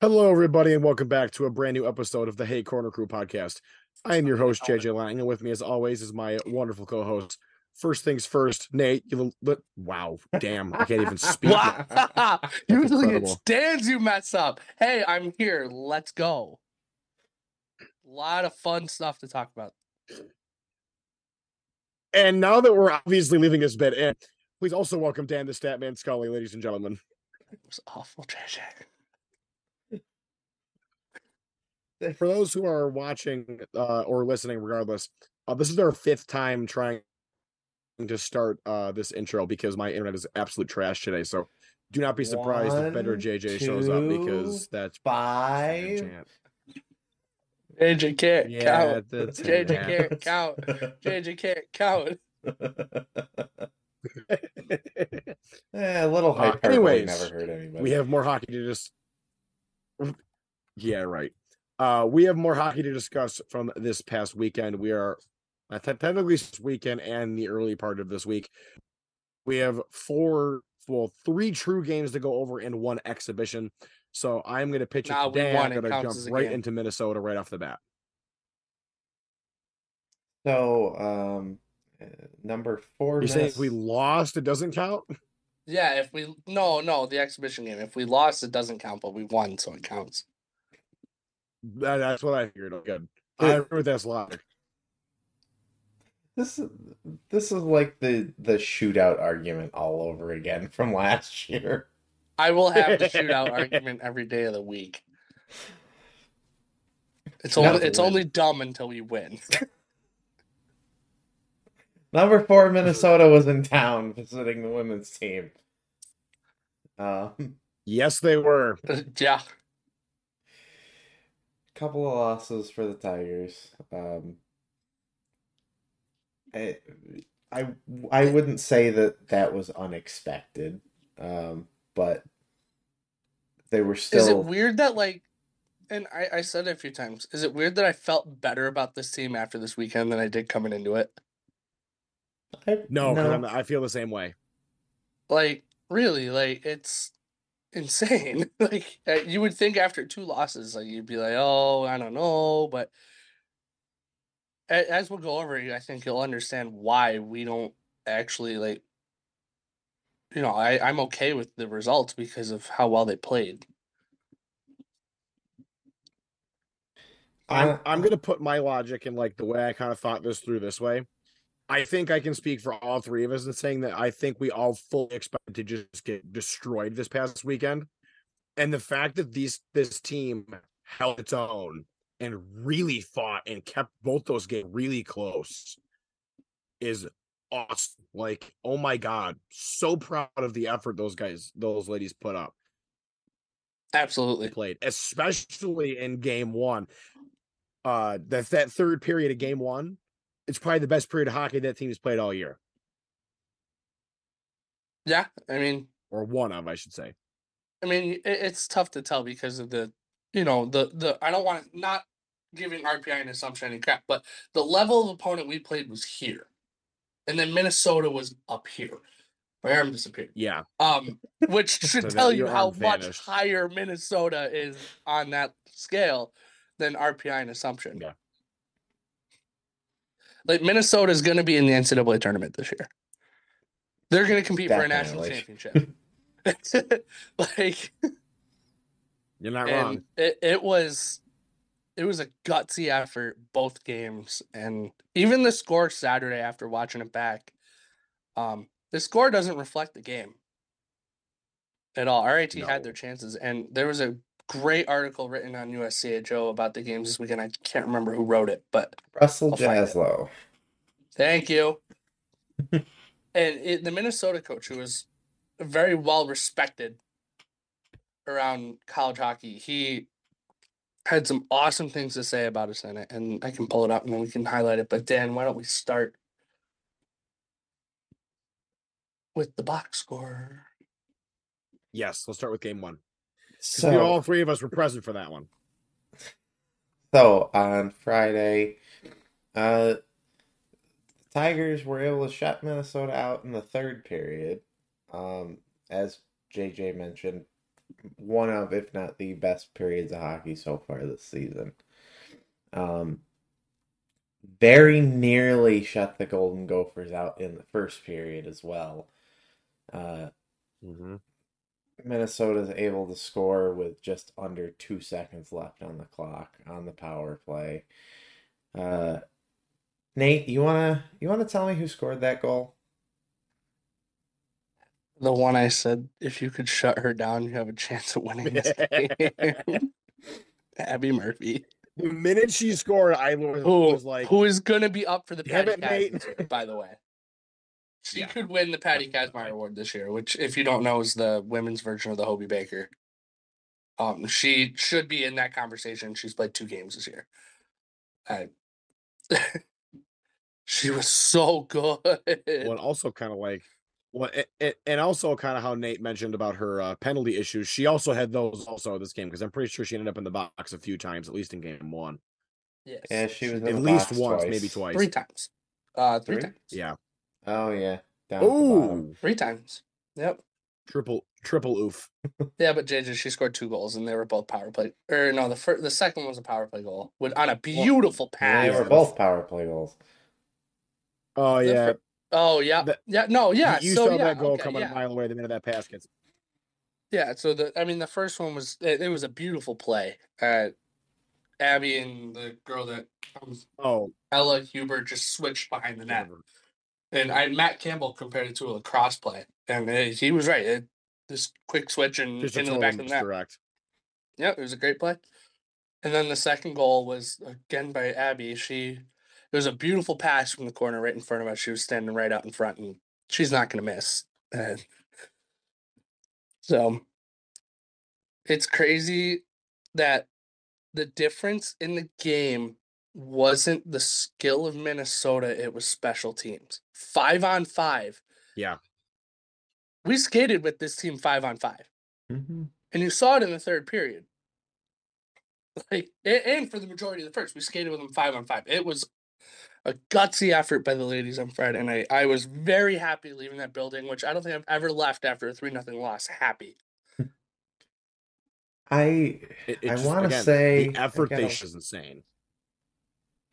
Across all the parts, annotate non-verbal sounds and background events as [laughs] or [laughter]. Hello, everybody, and welcome back to a brand new episode of the Hey Corner Crew podcast. I am your host, JJ Lang, and with me, as always, is my wonderful co host. First things first, Nate, you li- li- wow, damn, I can't even speak. [laughs] Wow. Usually it incredible. stands you mess up. Hey, I'm here. Let's go. A lot of fun stuff to talk about. and now that we're obviously leaving this bit in, please also welcome Dan the Statman Scully, ladies and gentlemen. It was awful, [laughs] JJ. For those who are watching uh, or listening, regardless, uh, this is our fifth time trying to start uh, this intro because my internet is absolute trash today. So do not be surprised if better One, JJ shows up because two, that's five. Eh, JJ can't Yeah, count. that's JJ yeah. can't count. JJ can't count. [laughs] [laughs] eh, a little Uh, hyperbole anyways, never hurt anybody. we have more hockey to just yeah right uh we have more hockey to discuss from this past weekend we are uh, te- technically this weekend and the early part of this week we have four well three true games to go over and one exhibition so i'm going to pitch it Nah, to we Dan. won. i'm It going to counts jump as a right game. into minnesota right off the bat so um, uh, number four. you saying if we miss- lost it doesn't count Yeah, if we no, no, the exhibition game. If we lost, it doesn't count, but we won, so it counts. That- that's what i figured Oh, good i agree with that's logic This is this is like the the shootout argument all over again [laughs] from last year. I will have the [laughs] shootout argument every day of the week. It's Not only to it's win. only dumb until we win. [laughs] Number four, Minnesota was in town visiting the women's team. Um, yes they were yeah. couple of losses for the Tigers. Um, I, I I wouldn't say that that was unexpected, um, but they were Is it still. weird that like, and I, I said it a few times. Is it weird that I felt better about this team after this weekend than I did coming into it? I- no, 'cause I'm- i feel the same way Like really, like it's insane. [laughs] like uh, you would think after two losses, like you'd be like, oh, I don't know, but a- as we'll go over, it, I think you'll understand why we don't actually like. You know, I I'm okay with the results because of how well they played. I'm Uh, I'm gonna put my logic and like the way I kind of thought this through this way. I think I can speak for all three of us in saying that I think we all fully expected to just get destroyed this past weekend. And the fact that these this team held its own and really fought and kept both those games really close is awesome. Like, oh my god, so proud of the effort those guys, those ladies put up they Absolutely. played, especially in game one. Uh that that third period of game one, it's probably the best period of hockey that team has played all year. Yeah, I mean, Or one of, I should say. I mean, it, it's tough to tell because of the, you know, the the. I don't want to not giving RPI an assumption and crap, but the level of opponent we played was here, and then Minnesota was up here. My arm disappeared. Yeah. Um, which [laughs] should So that- tell you your how arm much vanished. higher Minnesota is on that scale than RPI and assumption. Yeah. Like Minnesota is going to be in the NCAA tournament this year. They're going to compete for a national Definitely. championship. [laughs] like You're not and wrong. it, it was it was a gutsy effort both games and even the score saturday after watching it back um the score doesn't reflect the game at all rat had their No. chances and there was a great article written on uscho about the games this weekend i can't remember who wrote it but Russell I'll find it. Jaslow. Thank you. and it, the Minnesota coach, who is very well respected around college hockey, he had some awesome things to say about us in it, and I can pull it up and then we can highlight it. But Dan, why don't we start with the box score? Yes, let's start with game one. 'Cause we So all three of us were present for that one. So on Friday, uh, the Tigers were able to shut Minnesota out in the third period. Um, as JJ mentioned, one of, if not the best periods of hockey so far this season. Um, very nearly shut the Golden Gophers out in the first period as well. Uh, Mm-hmm. Minnesota's able to score with just under two seconds left on the clock on the power play. Uh, Nate, you wanna you wanna tell me who scored that goal? The one I said, if you could shut her down, you have a chance of winning this game. [laughs] Abby Murphy, The minute she scored, I was, who was like, who is going to be up for the Damn Patty it, Nate. Kazmaier, by the way. She Yeah. could win the Patty Kazmaier Award this year, which, if you don't know, is the women's version of the Hobie Baker. Um, she should be in that conversation. She's played two games this year. I, [laughs] she was so good. well, and also kind of like, well, a- a- and also kind of how Nate mentioned about her uh, penalty issues. She also had those also this game because I'm pretty sure she ended up in the box a few times, at least in game one, Yes. Yeah, she was in at the least box once, maybe twice. three times. Uh, three, Three? times. Yeah. Oh yeah, down at the bottom. Oh, Three times. Yep. triple triple oof. Yeah, but JJ, she scored two goals, and they were both power play. Or no, the first, the second one was a power play goal with on a beautiful Yeah, pass. they were both power play goals. Oh The yeah, fir- oh yeah, The- yeah. No, You- yeah. You so, saw yeah, that goal okay, coming yeah. a mile away the minute that pass gets. Yeah, so the I mean the first one was it, it was a beautiful play. Uh, Abby and the girl that um, Oh, Ella Huber just switched behind the net, never. and I Matt Campbell compared it to a lacrosse play, and uh, he was right. It, this quick switch and just a into the total back of the net. misdirect. Yeah, it was a great play. And then the second goal was again by Abby. She it was a beautiful pass from the corner right in front of us. She was standing right out in front and she's not gonna miss. And so it's crazy that the difference in the game wasn't the skill of Minnesota, it was special teams. Five on five. Yeah. We skated with this team five on five Mm-hmm. and you saw it in the third period. Like a- and for the majority of the first, we skated with them five on five. It was a gutsy effort by the ladies on Friday, and I, I was very happy leaving that building, which I don't think I've ever left after a three nothing loss. Happy. I It, it I just- wanna again, say- the effort I they gotta- sh- is insane.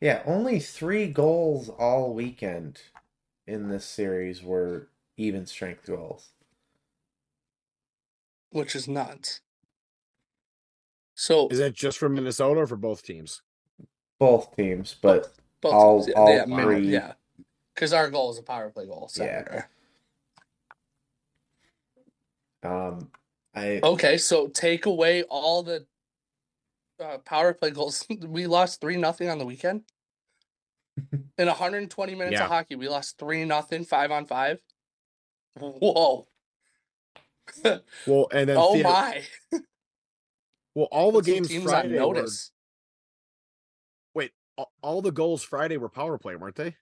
yeah, only three goals all weekend in this series were even strength goals. which is nuts. So Is that just for Minnesota or for both teams? Both teams, but both all- teams, all minimum, three. yeah, because our goal is a power play goal. So. Yeah. um, I Oh, Okay, so take away all the uh, power play goals. [laughs] we lost three nothing on the weekend. In 120 minutes Yeah. of hockey, we lost three nothing, five on five. Whoa! Well, and then oh the- my! well, all the Put some games teams Friday on were- notice. all- all the goals Friday were power play, [laughs] weren't they?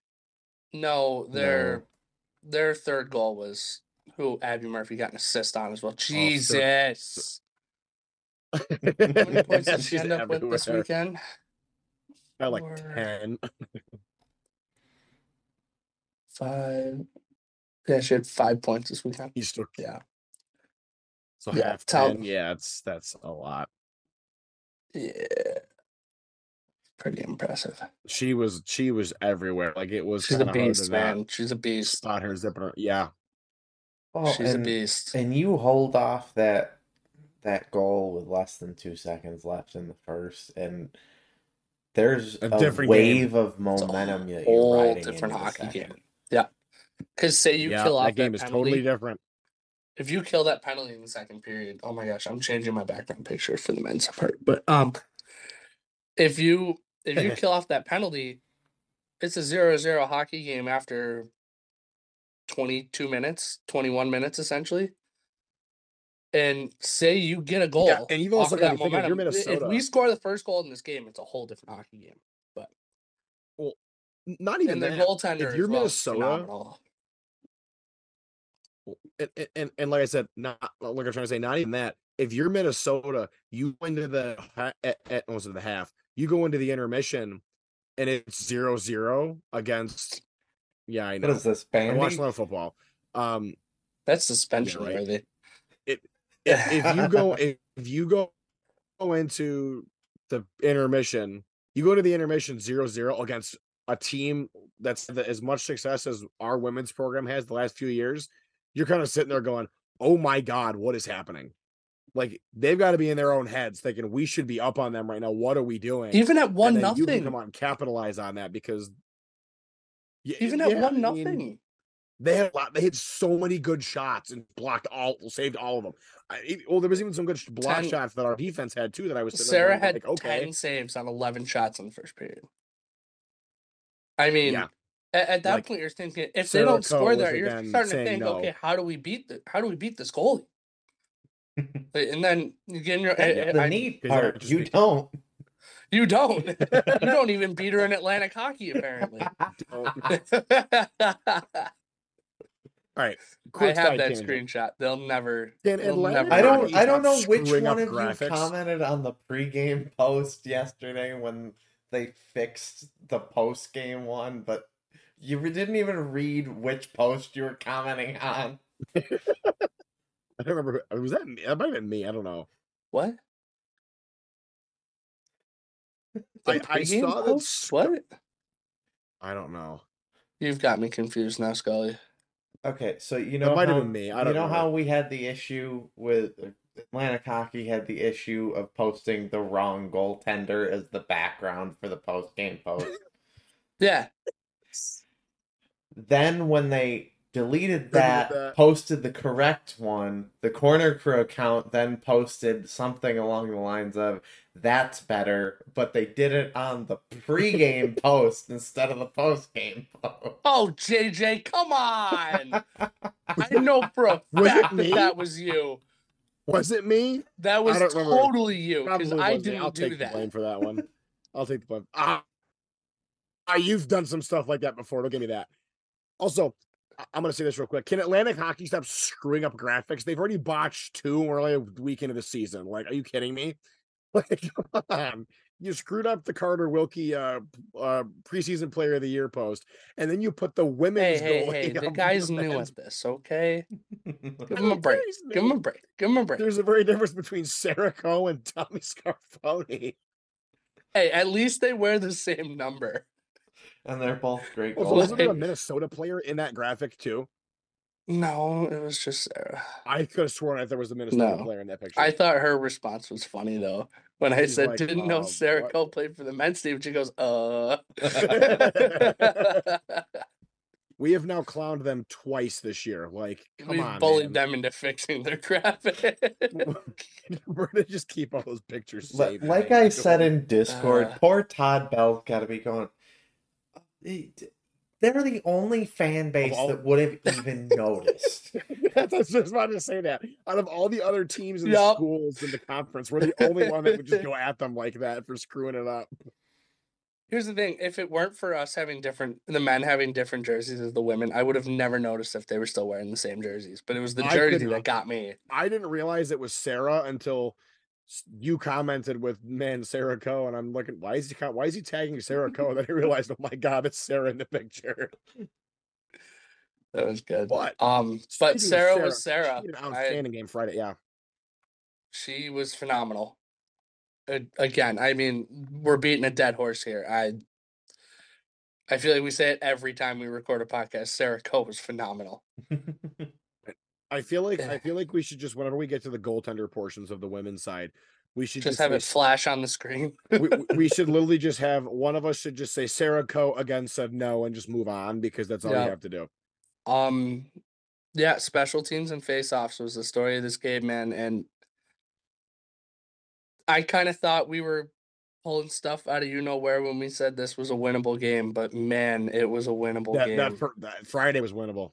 No, their their third goal was who Abby Murphy got an assist on Oh, as well. Jesus! How [laughs] many points did she She's end up with this everywhere. weekend? By like Or- ten. [laughs] Five. Yeah, she had five points this weekend. He's still Yeah. So Yeah, half tell- ten. Yeah, it's that's a lot. Yeah. Pretty impressive. She was she was everywhere. Like it was She's a kind of hard beast, to not man. She's a beast. spot her zipping her. Yeah, oh, She's a and- beast. And you hold off that that goal with less than two seconds left in the first, and there's A a, different wave of a momentum that whole you're riding different into the hockey second. game. Because say you yeah, kill off that game is totally different. different. If you kill that penalty in the second period, oh my gosh, I'm changing my background picture for the men's part. But um, if you [laughs] if you kill off that penalty, it's a zero zero hockey game after 22 minutes, 21 minutes essentially. And say you get a goal, Yeah, and you've off also of got that to think if you're momentum. If Minnesota. we score the first goal in this game, it's a whole different hockey game. Not even and their that. goaltender. if you're as well is Minnesota- phenomenal. and, and- and and like I said, not like I'm trying to say, not even that. If you're Minnesota, you go into the ha- at, at most of the half, you go into the intermission, and it's zero zero against. Yeah, I know. What is this, I Bandy? watch a lot of football. Um, that's suspension right. worthy. if, if you go if you go go into the intermission, you go to the intermission 0-0 against a team that's had as much success as our women's program has the last few years. You're kind of sitting there going, "Oh my god, what is happening?" Like they've got to be in their own heads thinking we should be up on them right now. What are we doing? Even at one And then You can nothing. come on, capitalize on that because Y- Even at yeah, one I mean, nothing. they had a lot. They had so many good shots and blocked all, saved all of them. I, e- well, there was even some good sh- block Ten- shots that our defense had too. That I was sitting there Sarah going, had like, okay, ten saves on eleven shots in the first period. I mean, Yeah. at, at that Like, point, you're thinking if Sarah they don't Coe score was there, you're again starting to saying think, no. okay, how do we beat the how do we beat [laughs] this goalie? Like, And then you get in your That- I- the I- neat Is that part, just you me? don't. you [laughs] don't [laughs] you don't even beat her in Atlantic hockey apparently. [laughs] Oh, [laughs] I quick have side that tangent. screenshot. They'll never. Can they'll Atlantic [laughs] never I Hockey don't. I stop don't know which screwing up one of you graphics? commented on the pregame [laughs] post yesterday when they fixed the postgame one, but you didn't even read which post you were commenting on. I don't remember. who- Was that me? That might have been me. I don't know. What? The I- I pregame saw that post? Sc- What? I don't know. You've got me confused now, Scully. Okay, so you know might have how- been me. I you don't know know. how we had the issue with Atlantic Hockey had the issue of posting the wrong goaltender as the background for the post game [laughs] post. Yeah. then when they deleted Deleted that, that. posted the correct one, the Corner Crew account then posted something along the lines of that's better, but they did it on the [laughs] pregame post instead of the postgame post. Oh, JJ, [laughs] come on! I know for a Was it fact that me? that was you. Was it me? That was don't remember. totally you because was I me. I'll didn't do take the blame that. for that [laughs] one. I'll take the blame. Ah, ah, you've done some stuff like that before. Don't give me that. Also, I- I'm going to say this real quick. Can Atlantic Hockey stop screwing up graphics? They've already botched two and we're only a week into the season. Like, are you kidding me? [laughs] Like, come on. You screwed up the Carter Wilkie uh, p- uh, preseason player of the year post, and then you put the Hey, women's hey, goalie [laughs] hey! The up guy's new men's- at this, okay? I Give him a don't care break. he's Give him new. a break. Give him a break. There's a very difference between Sarah Coe and Tommy Scarfoni. Hey, at least they wear the same number. [laughs] and they're both great Also, wasn't there a Like- Minnesota player in that graphic too? No, it was just Sarah. I could have sworn that there was a Minnesota No. player in that picture. I thought her response was funny though. When I She's said, like, "Didn't know um, Sarah what?" Cole played for the men's team," she goes, "Uh." [laughs] [laughs] we have now clowned them twice this year. Like, come we on, bullied man. them into fixing [laughs] their graphic. [laughs] We're gonna just keep all those pictures Li- saved. like [laughs] man. I said in Discord, Uh. poor Todd Bell's got to be going. "Eh, d- They're the only fan base all- that would [laughs] have even noticed. I was just about to say that. Out of all the other teams and the Yup. schools in the conference, we're the only one that would just go at them like that for screwing it up. Here's the thing: if it weren't for us having different, the men having different jerseys as the women, I would have never noticed if they were still wearing the same jerseys. But it was the I could jersey not- that got me. I didn't realize it was Sarah until s- you commented with man Sarah Coe, and I'm looking why is he co- why is he tagging Sarah Coe? [laughs] And then I realized, oh my god, it's Sarah in the picture. That was good. But Um, speaking but of Sarah, was Sarah. She had an I- outstanding game Friday. Yeah, she was phenomenal. A- Again, I mean, we're beating a dead horse here. I I feel like we say it every time we record a podcast. Sarah Coe was phenomenal. I feel like I feel like we should just whenever we get to the goaltender portions of the women's side, we should Just just, have it say- flash on the screen. we, we- we [laughs] should literally just have one of us should just say Sarah Coe again said no and just move on because that's all Yeah. we have to do. Um, yeah, special teams and face-offs was the story of this game, man. And I kind of thought we were pulling stuff out of you know where when we said this was a winnable game, but man, it was a winnable That, game. that, fir- that Friday was winnable.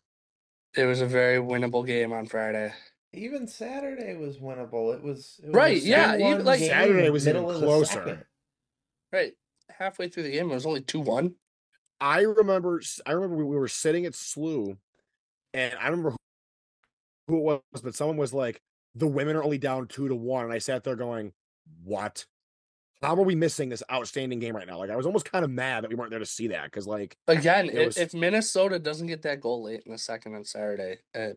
it was a very winnable game on Friday. even Saturday was winnable. It was, it was Right, yeah, even, even like- Saturday was even closer. Right, halfway through the game, it was only two-one. I remember s- I remember we, we were sitting at SLU and I remember who- who it was, but someone was like, the women are only down two to one. And I sat there going, What? How are we missing this outstanding game right now? Like I was almost kind of mad that we weren't there to see that because like Again, It if, was- if Minnesota doesn't get that goal late in the second on Saturday, uh,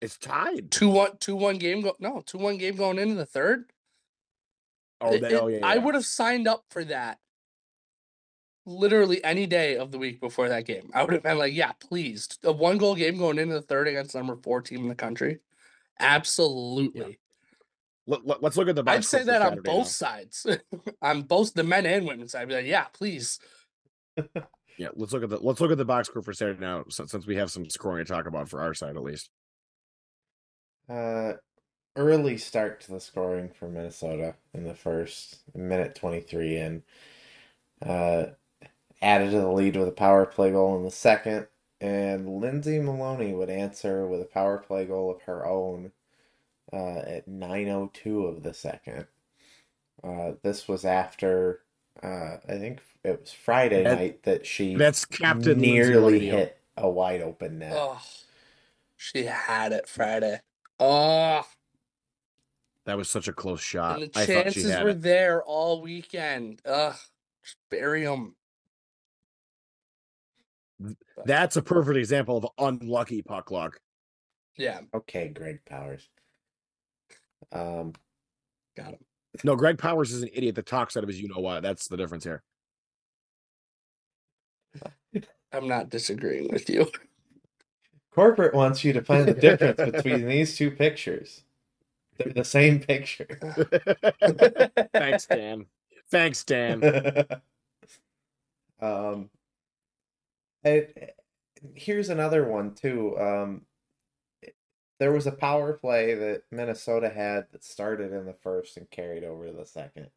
It's tied. Two one two one game go no two one game going into the third. Oh, It- that, it- oh yeah, I yeah. would have signed up for that literally any day of the week before that game. I would have been like, yeah, please. A one goal game going into the third against number four team in the country. Absolutely. Let, let, us look at the. box I'd say score for that on Saturday both sides. [laughs] on both the men and women's side. I'd be like, yeah, please. Now. Yeah, let's look at the let's look at the box score for Saturday now, since, since we have some scoring to talk about for our side at least. Uh, early start to the scoring for Minnesota in the first minute 23 in. Uh, added to the lead with a power play goal in the second, and Lindsay Maloney would answer with a power play goal of her own uh, at 9:02 of the second. Uh, this was after uh, I think it was Friday That- night that she That's Captain Lindsay nearly Lodio. hit a wide open net. Oh, she had it Friday. Oh, That was such a close shot. and the Uh, I thought she chances had were it. there all weekend. Ugh, just bury them. That's a perfect example of unlucky puck luck. Yeah, Okay, Greg Powers. Um, got him. No, Greg Powers is an idiot that talks out of his you know what. That's the difference [laughs] here. I'm not disagreeing with you. [laughs] Corporate wants you to find the difference between these two pictures. They're the same picture. Thanks, Dan. Thanks, Dan. [laughs] um, it, Um, eh, here's another one too. Um, it- there was a power play that Minnesota had that started in the first and carried over to the second.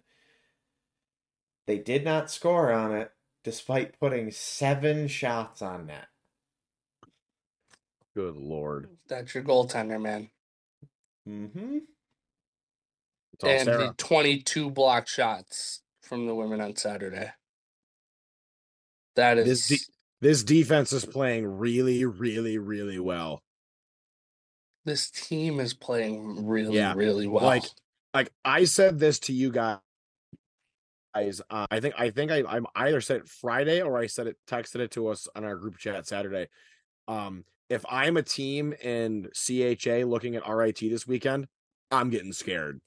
They did not score on it, despite putting seven shots on net. Good lord. That's your goaltender, man. Mm-hmm. It's all and the Sarah. 22 block shots from the women on Saturday. That This is de- This defense is playing really, really, really well. this team is playing really, Yeah, really well. like- Like I said this to you guys. uh, I think I think I, I'm either said it Friday or I said it texted it to us on our group chat Saturday. Um, if I'm a team in CHA looking at RIT this weekend, I'm getting scared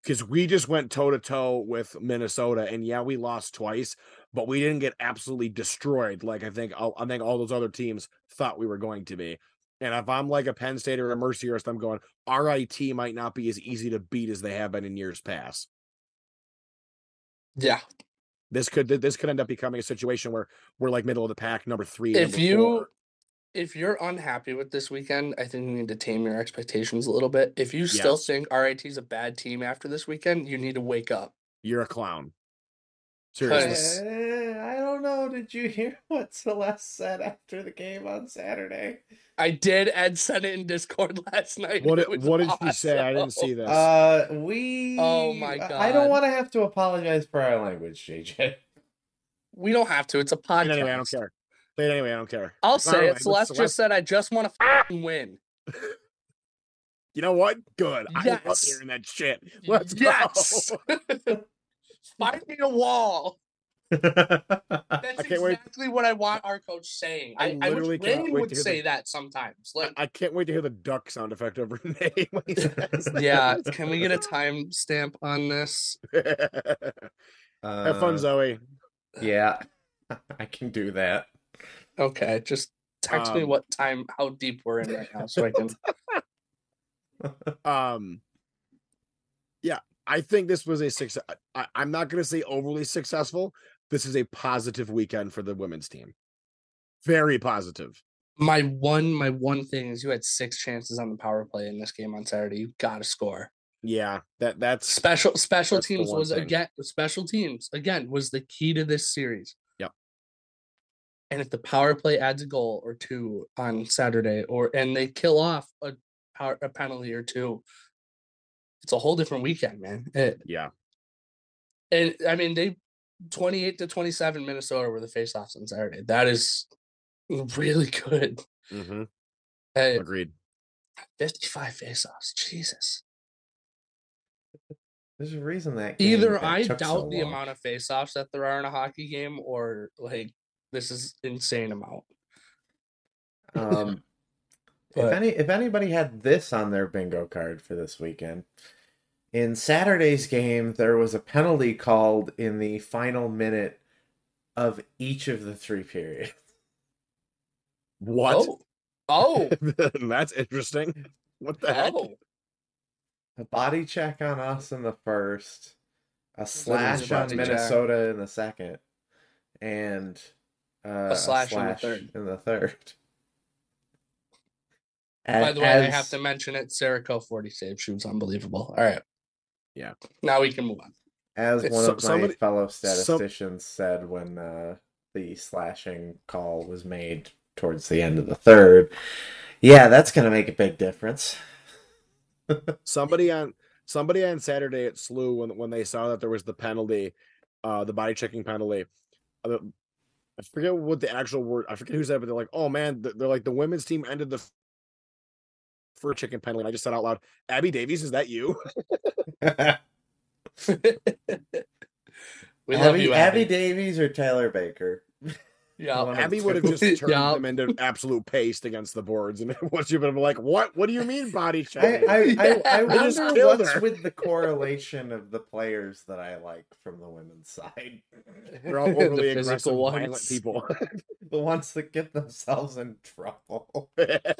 because we just went toe to toe with Minnesota, and yeah, we lost twice, but we didn't get absolutely destroyed like I think all- I think all those other teams thought we were going to be. And if I'm like a Penn State or a Mercyhurst, I'm going RIT might not be as easy to beat as they have been in years past. yeah. This could this could end up becoming a situation where we're like middle of the pack, number three. If number you four. if you're unhappy with this weekend, I think you need to tame your expectations a little bit. If you still Yes. think RIT is a bad team after this weekend, you need to wake up. you're a clown. Yes. Seriously. uh, I don't know. Did you hear [laughs] what Celeste said after the game on Saturday? I did Ed sent it in Discord [laughs] last night. What It did, was what did she say? I didn't awesome. see this. Uh, we. Oh my I I don't God. want to have to apologize for our language, [laughs] JJ. We don't have to. It's a Say podcast. it anyway, I don't care. Say it anyway, I don't care. I'll It's not say a it. language, Celeste Celeste. just said, "I just want [laughs] to f***ing win." You know what? Good. I love Yes. hearing that shit. [laughs] Let's go. yes. Find me a wall. That's I can't wait- exactly what I want our coach saying. I I, I, literally wish cannot Brandon wait would to hear say the- that sometimes. [laughs] Like, [laughs] I can't wait to hear the duck sound effect over [laughs] Nate when he [laughs] says yeah. Can we get a time stamp on this? that. Have Uh, fun, Zoe. Yeah, [laughs] I can do that. Okay, just text me Um, what time, how deep we're in right now, so I [laughs] can. Um, yeah, I think this was a success. I, I'm not going to say overly successful. This is a positive weekend for the women's team. Very positive. My one, my one thing is you had six chances on the power play in this game on Saturday. You got to score. Yeah, that that's Special special That's the teams one was thing. again special teams again was the key to this series. Yep. And if the power play adds a goal or two on Saturday, or and they kill off a power, a penalty or two, it's a whole different weekend, man. It, yeah. and I mean they twenty eight to twenty seven Minnesota were the faceoffs on Saturday. That is really good. hmm Hey, Agreed. Fifty five faceoffs, Jesus. There's a reason that game either that I took doubt so the long. amount of faceoffs that there are in a hockey game, or like this is insane amount. Um, If But- any if anybody had this on their bingo card for this weekend, in Saturday's game there was a penalty called in the final minute of each of the three periods. [laughs] What? Oh. Oh. That's interesting. What [laughs] the heck? oh. A body check on us in the first, a a slash on body check. Minnesota in the second, and uh, A slash in the third. In the third. By the way, I As- have to mention it. Sarah Cole 40 save. She was unbelievable. All right. Yeah. Now we can move on. [laughs] As It's one so- of my somebody- fellow some- statisticians said when uh, the slashing call was made towards the end of the third, yeah, that's going to make a big [laughs] difference. Somebody on somebody on Saturday at SLU when when they saw that there was the penalty, uh, the body checking penalty. uh, the- I forget what the actual word. I forget who said, it, but they're like, "Oh man," th- they're like, "The women's team ended the f- for chicken penalty." And I just said out loud, "Abby Davies, is that [laughs] you?" we love Abby, Abby you, Abby. Davies or Tyler Baker? Yeah. One of [laughs] Abby the would have two. just turned Oh, Yeah. them into absolute paste against the boards, and [laughs] once you've been like, "What? What do you mean [laughs] body I, check?" I, I, I [laughs] We just wonder killed what's her. with the [laughs] correlation of the players that I like from the women's side. [laughs] They're all [laughs] The overly physical aggressive, violent ones. people. The ones that get themselves in trouble. [laughs] [laughs]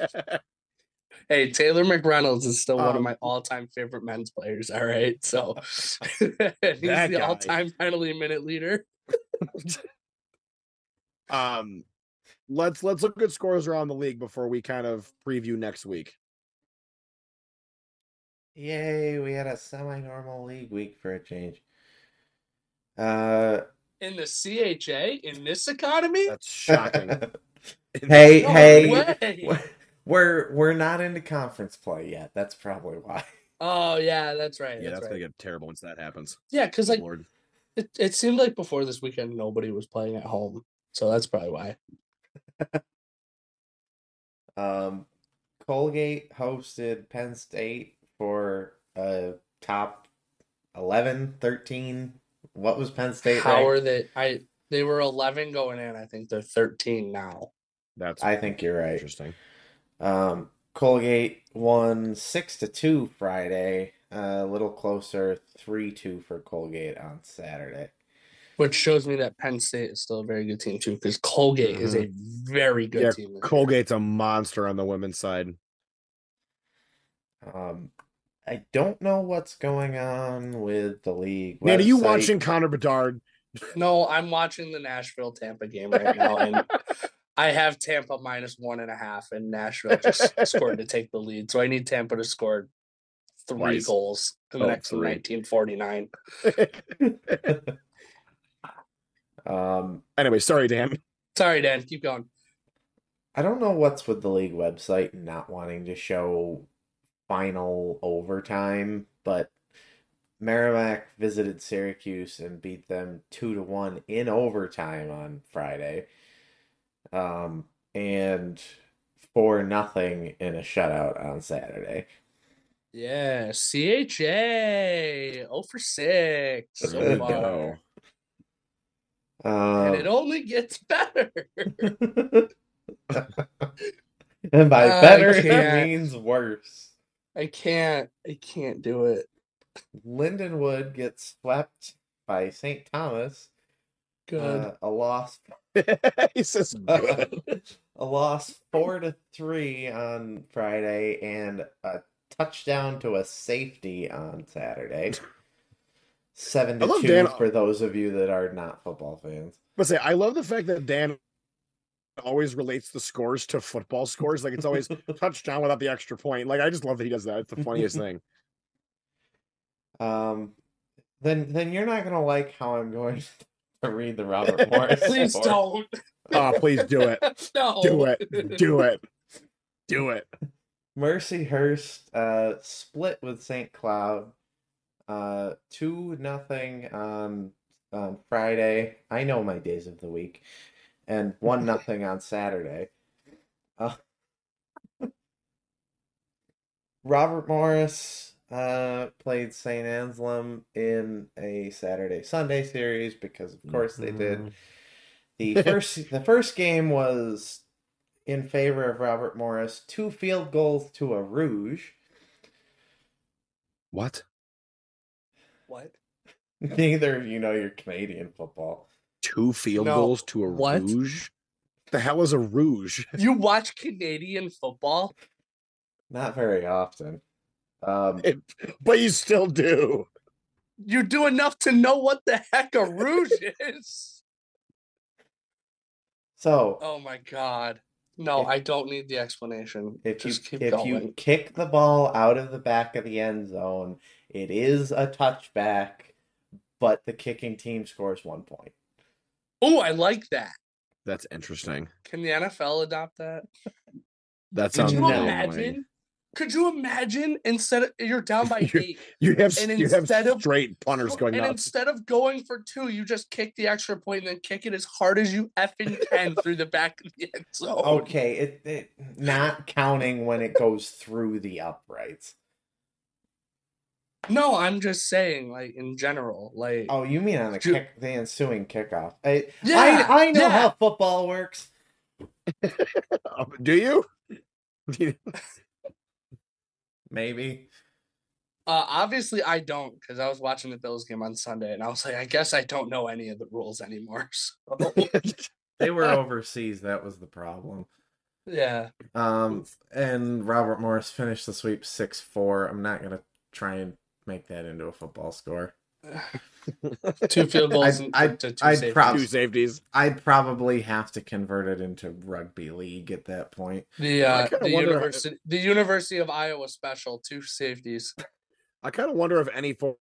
Hey, Taylor McReynolds is still one of Um, my all-time favorite men's players. All right, so [laughs] he's the guy. all-time penalty minute leader. um, let's let's look at scores around the league before we kind of preview next week. Yay, we had a semi normal league week for a change. Uh, In the CHA, in this economy, That's [laughs] shocking. [laughs] hey, no hey, way. we're we're not into conference play yet. That's probably why. Oh yeah, that's right. yeah, that's, that's right. gonna get terrible once that happens. Yeah, because like Lord. it, it seemed like before this weekend nobody was playing at home, so that's probably why. Um, Colgate hosted Penn State for a top 11, 13. What was Penn State How ranked? are they? I they were eleven going in. I think they're thirteen now. That's I think you're right. interesting. Um, Colgate won six to two Friday. uh, a little closer, three two for Colgate on Saturday. Which shows me that Penn State is still a very good team too, because Colgate is a very good Mm-hmm. Yeah, team. this year. Colgate's a monster on the women's side. Um, I don't know what's going on with the league. Nate, are you website. watching Connor Bedard? No, I'm watching the Nashville Tampa game right now, and I have Tampa minus one and a half, and Nashville just scored to take the lead. So I need Tampa to score three Twice. goals in the Oh, next three. 1949. Um, [laughs] anyway, sorry, [laughs] Dan. Sorry, Dan, keep going. I don't know what's with the league website not wanting to show final overtime, but Merrimack visited Syracuse and beat them two to one in overtime on Friday, um, and four nothing in a shutout on Saturday. Yeah, CHA 0 for 6 There so we far. go. And it Um, only gets [laughs] better. and by I better, [laughs] it can't. means worse. I can't. I can't do it. Lindenwood gets swept by St. Thomas. Good. Uh, a loss [laughs] [laughs] he says a loss four to three on Friday and a touchdown to a safety on Saturday. Seven I to love two Dan- for those of you that are not football fans. But say, I love the fact that Dan always relates the scores to football scores. Like it's always touchdown without the extra point. Like I just love that he does that. It's the [laughs] funniest thing. [laughs] Um, then then you're not gonna like how I'm going [laughs] to read the Robert Morris. [laughs] Please score. don't. Oh, please do it. [laughs] no. Do it. [laughs] Do it. Do it. Mercyhurst uh, split with St. Cloud, uh, two nothing on on Friday. I know my days of the week, and one nothing on Saturday. Uh, [laughs] Robert Morris uh, played St. Anselm in a Saturday Sunday series because, of course, they did. The first the first game was in favor of Robert Morris, two field goals to a Rouge. [laughs] What? What? Neither of you know your Canadian football. Two field No. goals to a What? rouge? The hell is a rouge? You watch Canadian football? Not very often. Um, but you still do. You do enough to know what the heck a rouge [laughs] is. so Oh my god. No, If- I don't need the explanation. if you Just keep if going. you kick the ball out of the back of the end zone, it is a touchback, but the kicking team scores one point. Oh, I like that. That's interesting. Can the NFL adopt that? That Did sounds Could you No. imagine? Could you imagine instead of you're [laughs] down by You're- eight You have And you have instead of- straight punters going and nuts. instead of going for two, you just kick the extra point and then kick it as hard as you effing can through the back of the end zone. Okay, it, it not counting when it goes through the uprights. No, I'm just saying, like in general, like Oh, you mean on the Ju- kick, the ensuing kickoff? I Yeah, I, I know yeah. how football works. Oh, [laughs] Do you? You- [laughs] Maybe. Uh, obviously, I don't because I was watching the Bills game on Sunday and I was like, I guess I don't know any of the rules anymore. [laughs] So, They were overseas, that was the problem. yeah, Um, and Robert Morris finished the sweep 6 4. I'm not going to try and make that into a football score. [laughs] two field goals. and I'd- to two I'd safeties. prob- [laughs] Two safeties. I'd probably have to convert it into rugby league at that point. [laughs] the I uh, kinda the wonder how- university the University of Iowa special two safeties. I kind of wonder if any fo-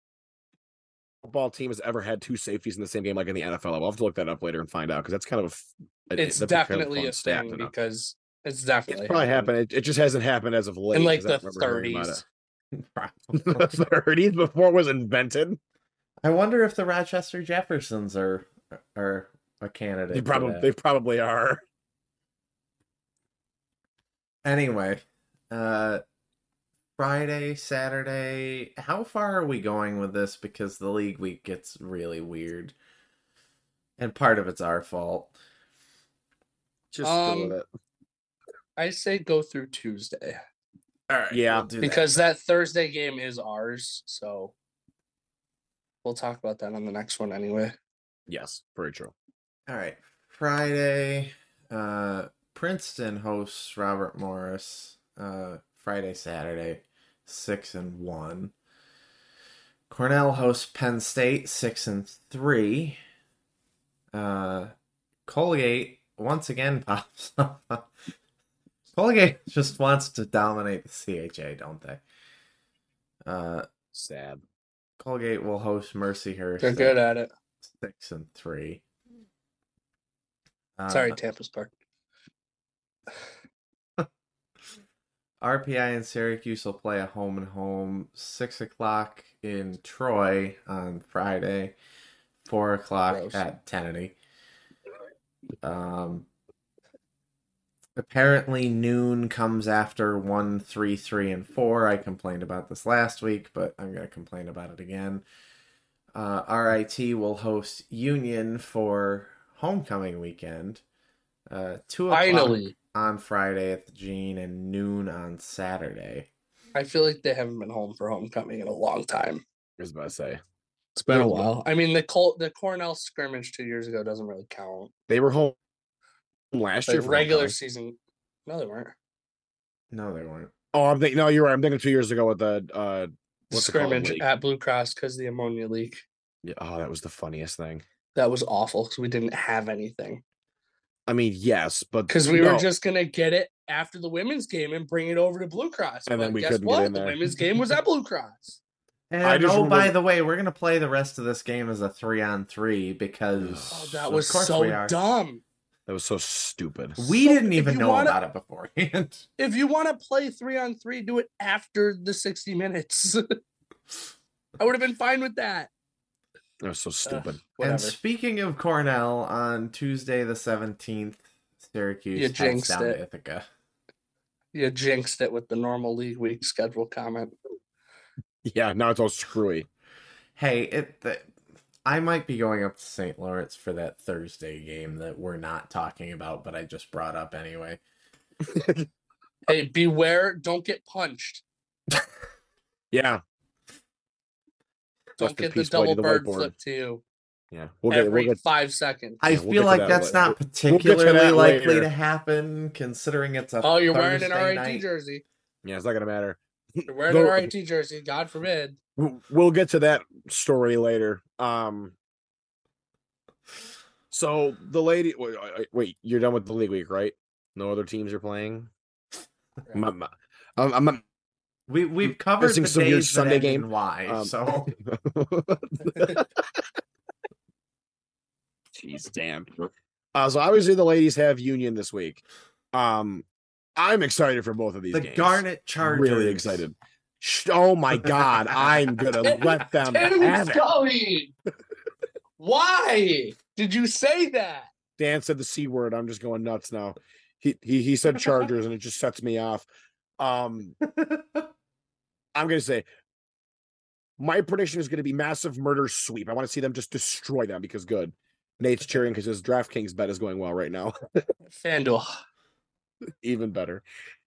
football team has ever had two safeties in the same game, like in the NFL. I'll have to look that up later and find out because that's kind of a. f- a- It's that'd be kind of definitely fun a stat thing to know. because it's It's definitely probably happened. It, it just hasn't happened as of late. um, in like 'cause I the don't remember hearing about thirties. it. [laughs] the thirties before it was invented. I wonder if the Rochester Jeffersons are are a candidate. They for probably that. they probably are. Anyway, uh Friday, Saturday, how far are we going with this because the league week gets really weird. And part of it's our fault. Just go Um, with it. I say go through Tuesday All right. Yeah. we'll do that. because that Thursday game is ours. So we'll talk about that on the next one anyway. yes, very true. All right. Friday, uh, Princeton hosts Robert Morris. Uh, Friday, Saturday, six and one. Cornell hosts Penn State, six and three. Uh, Colgate once again [laughs] pops up. Colgate just wants to dominate the CHA, don't they? Uh, Sad. Colgate will host Mercyhurst. They're good at it. six and three. Uh, Sorry, Tampa's Park. RPI and Syracuse will play a home and home six o'clock in Troy on Friday, four o'clock Gross. at Tennedy. Um, apparently noon comes after one, three, three, and four. I complained about this last week, but I'm gonna complain about it again. Uh, RIT will host Union for homecoming weekend. Uh, two o'clock Finally, on Friday at the Gene and noon on Saturday. I feel like they haven't been home for homecoming in a long time. I was about to say. It's been a while. I mean, the Col- the Cornell scrimmage two years ago doesn't really count. They were home last year. Like for regular homecoming. season. No, they weren't. No, they weren't. Oh, I'm thinking. No, you're right. I'm thinking two years ago with the. Uh, What's it called, scrimmage leak? at Blue Cross because the ammonia leak. yeah, oh, that was the funniest thing. That was awful because we didn't have anything. I mean, yes, but Because we no. were just gonna get it after the women's game and bring it over to Blue Cross. And then but we guess couldn't get what? in The there. women's game was at Blue Cross. [laughs] And I just oh, by remember- the way, we're gonna play the rest of this game as a three on three because Oh, of that was course so we are. dumb. that was so stupid. We So, didn't if even you know wanna- about it beforehand. [laughs] If you want to play three on three, do it after the 60 minutes. [laughs] I would have been fine with that. That was so stupid. Whatever. And speaking of Cornell, on Tuesday the seventeenth, You Syracuse heads jinxed down it. to Ithaca. you jinxed it with the normal league week schedule comment. yeah, now it's all screwy. Hey, it. The, I might be going up to St. Lawrence for that Thursday game that we're not talking about, but I just brought up anyway. Hey, beware! Don't get punched. Yeah. Don't Rest in get the peace, Whitey double the bird whiteboard. flip to you Yeah. We'll get every we'll get five seconds. I Yeah, we'll feel get to like that that's later. not get to particularly that likely later. to happen, considering it's a. Oh, you're wearing an Thursday RIT night. jersey. yeah, it's not gonna matter. You're wearing Though- an RIT jersey. God forbid. w- we'll get to that story later. Um, so the lady, wait, wait, you're done with the league week, right? No other teams are playing. I'm, I'm, I'm, [laughs] I'm not- We we've covered Mm, Missing the some weird days Sunday Sunday game. game. Why? Um, so Jeez, damn. Uh, so obviously the ladies have union this week. Um, I'm excited for both of [laughs] these. the games. Garnet Chargers. Really [laughs] excited. Sh- Oh my god, I'm gonna let them Tim have it. Scully! Why did you say that? Dan said the c word. I'm just going nuts now. He he he said Chargers, and it just sets me off. Um, I'm gonna say my prediction is gonna be massive murder sweep. I want to see them just destroy them because good. Nate's cheering because his DraftKings bet is going well right now. [laughs] FanDuel. Even beber.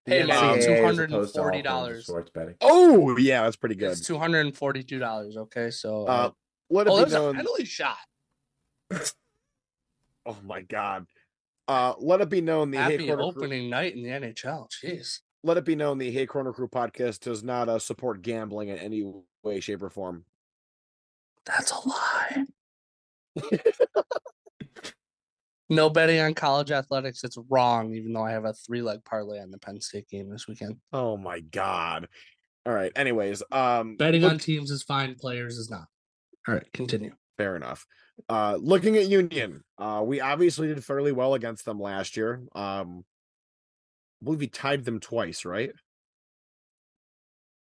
Hey, The NCAA man, as opposed to all forms of $240. Sports betting. Oh yeah, that's pretty good. It's two hundred and forty-two dollars. Okay, so Uh, uh, Let it oh, be there's a known. penalty shot. Oh my god. Uh, let it be known the Hey Happy Corner Crew- opening night in the NHL. Jeez. let it be known the Hey Corner Crew podcast does not uh, support gambling in any way, shape, or form. That's [laughs] a lie. no betting on college athletics. It's wrong, even though I have a three leg parlay on the Penn State game this weekend. Oh my god. All right. Anyways, um Betting look- on teams is fine, players is not. All right, continue. fair enough. Uh looking at Union, uh we obviously did fairly well against them last year. Um I believe we tied them twice, right?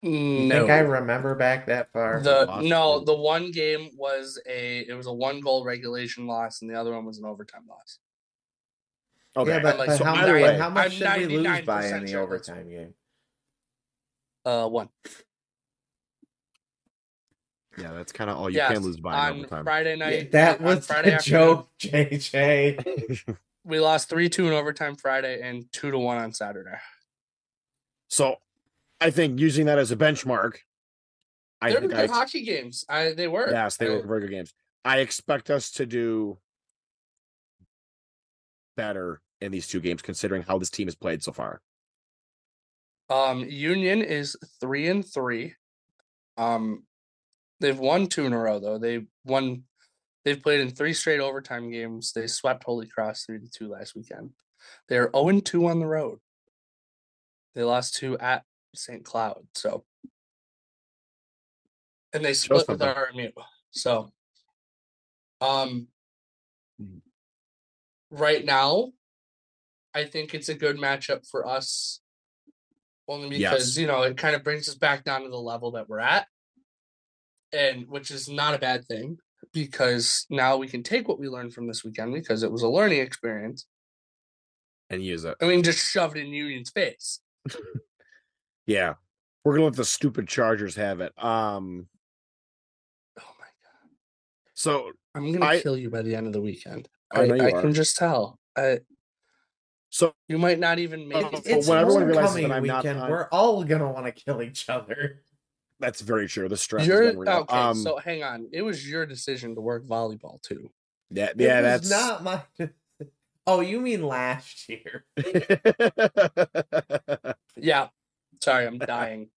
You No. think I remember back that far? the lost no, to- the one game was a it was a one goal regulation loss, and the other one was an overtime loss. Okay. Yeah, but, like, but so how, either but way- how much I'm should we lose by 99% in the sure. overtime game? Uh, one. yeah, that's kind of all you Yes, can lose by in on overtime. Friday night. that on was Friday the afternoon, joke, [laughs] JJ. We lost three two in overtime Friday and two to one on Saturday. so I think using that as a benchmark, I they were think good I hockey games. I they were. Yes, they I- were very good games. I expect us to do better in these two games, considering how this team has played so far. Um, Union is three and three. Um, they've won two in a row though. They won. They've played in three straight overtime games. They swept Holy Cross three to two last weekend. They're zero and two on the road. They lost two at St. Cloud. So, and they split with something. RMU. So, um, right now, I think it's a good matchup for us only Yes. because you know it kind of brings us back down to the level that we're at and which is not a bad thing because now we can take what we learned from this weekend because it was a learning experience And use it. i mean just shove it in union's face Yeah. We're gonna let the stupid Chargers have it. Um oh my god so i'm gonna I- kill you by the end of the weekend I i, know you I are. can just tell I, so you might not even make But It's when everyone realizes homecoming that I'm not weekend. on- We're all gonna want to kill each other. that's very true. The stress is Your, unreal. okay, um so hang on. It was your decision to work volleyball too. yeah, It yeah, was that's not my. [laughs] Oh, you mean last year? [laughs] Yeah. Sorry, I'm dying.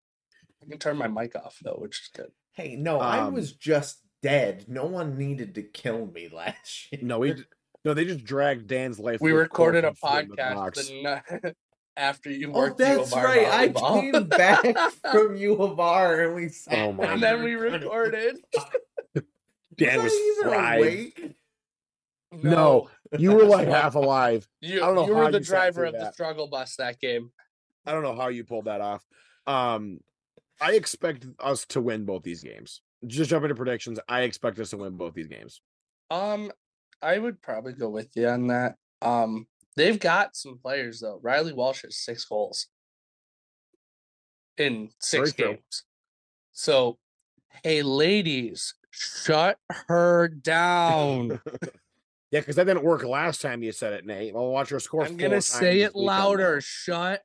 I can turn my mic off though, which is good. Hey, no, I Um, was just dead. No one needed to kill me last [laughs] year. [laughs] no, we d- no, they just dragged Dan's life. we through a recorded a cork and threw it in the podcast box. the night [laughs] after you Oh, worked. that's UofR right. I volleyball. came [laughs] back from U of R and we. Sat Oh my down [laughs] and [laughs] then we recorded. [laughs] recorded. Dan I was even fried. awake? No. You were like [laughs] half alive. you, I don't know you how were the you sat driver through of the that. struggle bus that game. I don't know how you pulled that off. Um, I expect us to win both these games. Just jumping to predictions, I expect us to win both these games. Um, I would probably go with you on that. Um, they've got some players though. Riley Walsh has six goals in six Very true. games. So, hey, ladies, shut her down. [laughs] Yeah, because that didn't work last time you said it, Nate. I'll watch your score. I'm four gonna times say this it weekend. louder. Shut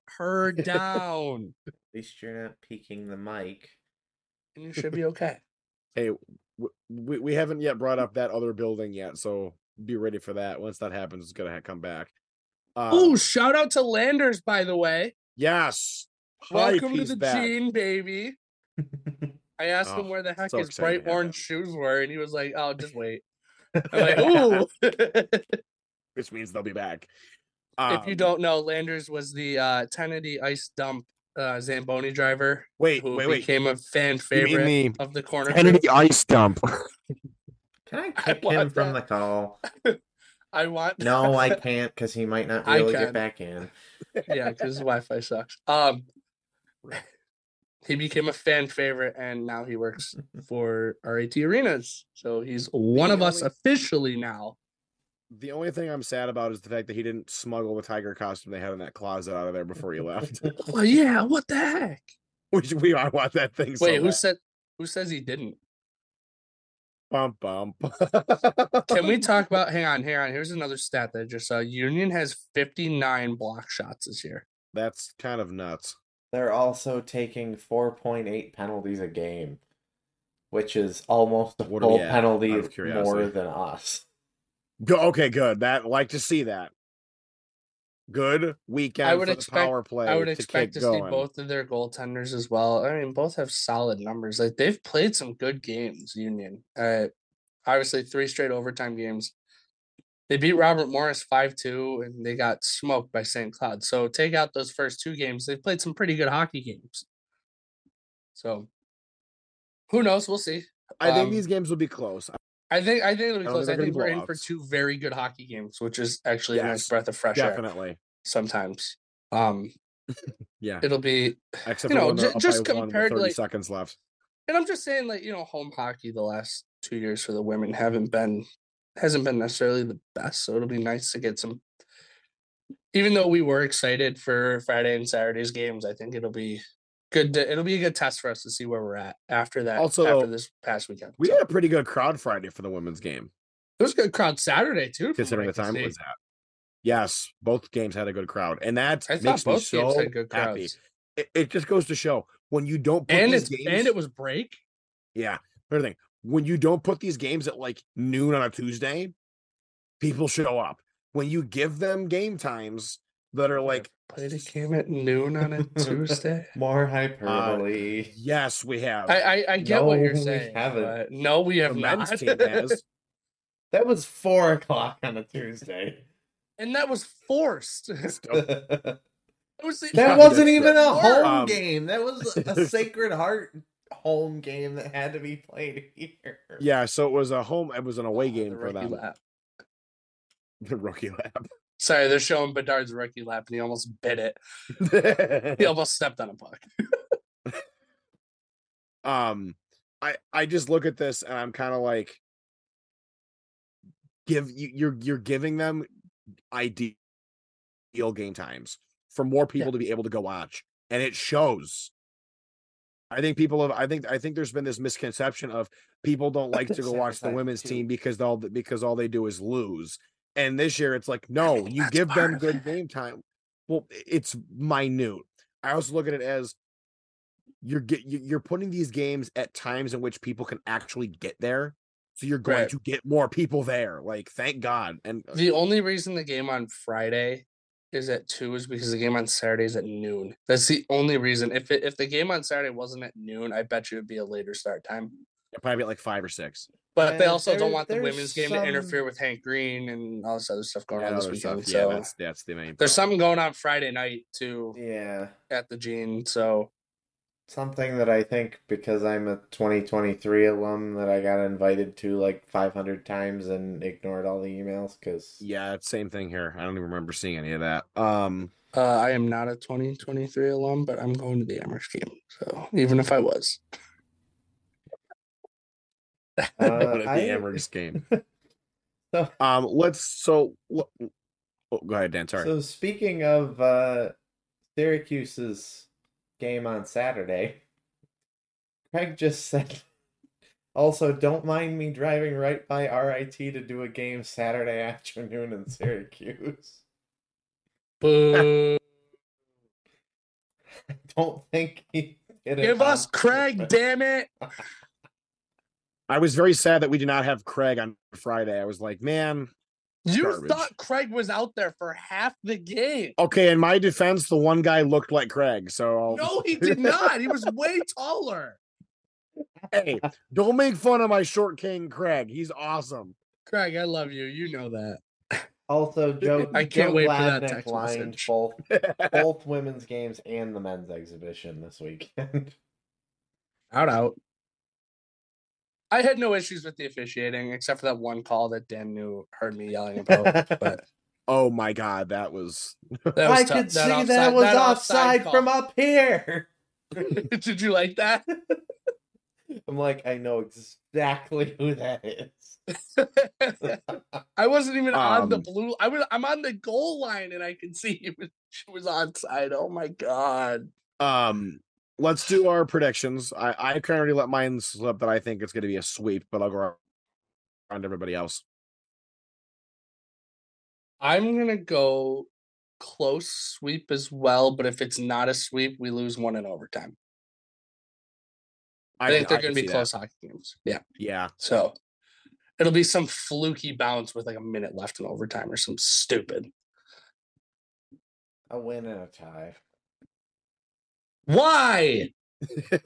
[laughs] her down. At least you're not peeking the mic. [laughs] and you should be okay. W- We, we haven't yet brought up that other building yet, so be ready for that. Once that happens, it's gonna ha- come back. Uh, oh, shout out to Landers, by the way. yes. Welcome Hype, to he's the back. Gene baby. I asked him Oh, where the heck so his excited to bright have orange him. shoes were, and he was like, "Oh, [laughs] just wait." I'm like, "Ooh!" [laughs] which means they'll be back. if you Um, don't know, Landers was the uh, Tennedy Ice Dump uh, Zamboni driver wait, who wait, wait. became a fan You mean favorite the of the corner. Kennedy crew. ice dump? [laughs] Can I I kick him want from the that. call? I want No, [laughs] I can't because he might not be I able to can. get back in. yeah, because Wi-Fi sucks. Um, he became a fan favorite, and now [laughs] he works for RAT Arenas. So he's one of us only- officially now. the only thing I'm sad about is the fact that he didn't smuggle the tiger costume they had in that closet out of there before [laughs] he left. [laughs] Well, yeah. What the heck? Which we I want that thing. so Wait, who bad. said? Who says he didn't? Bum bum. [laughs] Can we talk about? Hang on, hang on. Here's another stat that I just saw. Union has 59 block shots this year. That's kind of nuts. They're also taking 4.8 penalties a game, which is almost a What are full we at, penalty out of more curiosity? than us. Go, okay, good. That like to see that. Good weekend would for expect- the power play. I would to expect to keep going. see both of their goaltenders as well. I mean, both have solid numbers. Like they've played some good games. Union, uh, obviously three straight overtime games. They beat Robert Morris five two, and they got smoked by St. Cloud. So take out those first two games. They've played some pretty good hockey games. So who knows? We'll see. I think um, these games will be close. uh, I think I think it'll be I don't close. I think think Oh, they're we're gonna be in for blowouts. two very good hockey games, which is actually a nice Yes, breath of fresh air Definitely. sometimes. Um, Yeah. it'll be Except you for know, when ju- they're up just by one with compared, 30 like- seconds left. And I'm just saying, like you know, home hockey the last two years for the women haven't been hasn't been necessarily the best. So it'll be nice to get some. Even though we were excited for Friday and Saturday's games, I think it'll be good. To, it'll be a good test for us to see where we're at after that. Also, after this past weekend, We So, had a pretty good crowd Friday for the women's [laughs] game, it was a good crowd Saturday too. from considering the what I can time it see. was at. Yes, both games had a good crowd, and that I thought makes me both games so had good happy. crowds, It, it just goes to show when you don't put and these it's games, and it was break. yeah, another thing when you don't put these games at like noon on a Tuesday, people show up. When you give them game times that are like, played a game at noon on [laughs] a Tuesday. More hyperbole. Uh, yes, we have I I, I get what you're No, we saying. haven't. but no, we have the not. men's [laughs] team has. that was four o'clock on a Tuesday. and that was forced. [laughs] [laughs] It Still- was the- That Oh. Yeah, wasn't that's even right. a home Um, game. That [laughs] was a Sacred Heart home game that had to be played here. yeah, so it was a home. It was an away Oh, game the for rookie them. lap. [laughs] The rookie [laughs] lab. Sorry, they're showing Bedard's rookie lap, and he almost bit [laughs] it. He almost stepped on a puck. um i i just look at this and i'm kind of like give you, you're you're giving them ideal game times for more people to be able to go watch and it shows i think people have i think i think there's been this misconception of people don't like to go Sammy watch the Simon women's too. team because all th- because all they do is lose and this year it's like no mean, you that's give part them of good it. game time well i- it's minute i also look at it as you're get you- you're putting these games at times in which people can actually get there so you're going Right. to get more people there like thank god and uh, The only reason the game on Friday is at two is because the game on Saturday is at noon. That's the only reason. If it, if the game on Saturday wasn't at noon, I bet you it'd be a later start time. probably at like five or six But they Uh, also there- don't want the there's women's game to some- interfere with Hank Green and all this other stuff going and on this other stuff. weekend. yeah so that's that's the main problem. there's something going on Friday night too Yeah. at the Gene. So Something that I think because I'm a 2023 alum that I got invited to like 500 times and ignored all the emails because yeah it's same thing here i don't even remember seeing any of that um Uh, I am not a 2023 alum, but I'm going to the Amherst game. So even if I was, but at the Uh, I- Amherst game [laughs] So- um let's so l- oh, go ahead dan sorry So speaking of uh, Syracuse's game on Saturday, Craig just said Also, don't mind me driving right by RIT to do a game Saturday afternoon in Syracuse. Boo. Don't think he did it [laughs] Give us on Craig, purpose. damn it. I was very sad that we did not have Craig on Friday. I was like, man, You Garbage. thought Craig was out there for half the game. okay. In my defense, the one guy looked like Craig, so No, he did not. He was way taller. hey, don't make fun of my short king Craig. He's awesome. [laughs] Craig, I love you. You know that. Also, Joe, I can't Joe wait for that Gladnick text lined message. [laughs] both both women's games and the men's exhibition this weekend. Out, out. I had no issues with the officiating except for that one call that Dan knew heard me yelling about. But oh my god, that was [laughs] that was I tough. could see offside- that was offside offside from call. up here. [laughs] Did you like that? [laughs] I'm like, I know exactly [laughs] who that is. I wasn't even on the Um, blue. I was. I'm on the goal line, and I can see [laughs] it was, she was onside. Oh my god! um let's do our predictions. I I kind of already let mine slip that I think it's gonna be a sweep, but I'll go around everybody else. I'm gonna go close sweep as well. But if it's not a sweep, we lose one in overtime. I, think they're can gonna be see that. close hockey games. Yeah. Yeah. So it'll be some fluky bounce with like a minute left in overtime or some stupid A win and a tie. Why? I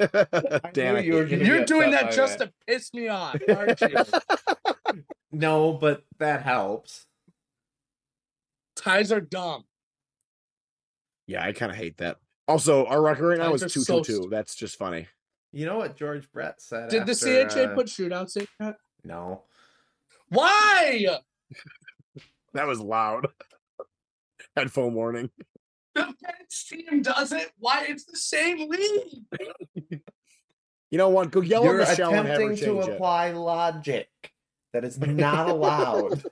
[laughs] Damn knew it. you were gonna be You're doing upset that by just that. to piss me off, aren't [laughs] you? No, but that helps. Ties are dumb. Yeah, I kind of hate that. Also, our record right now is Guys are two so two two. That's just funny. You know what George Brett said? Did the after, CHA uh, put shootouts in that? no? Why? That was loud. [laughs] Headphone warning. The Pens team does it. Why? It's the same league. You know what? Go yell You're at Michelle and have her attempting change to it. apply logic that is not allowed.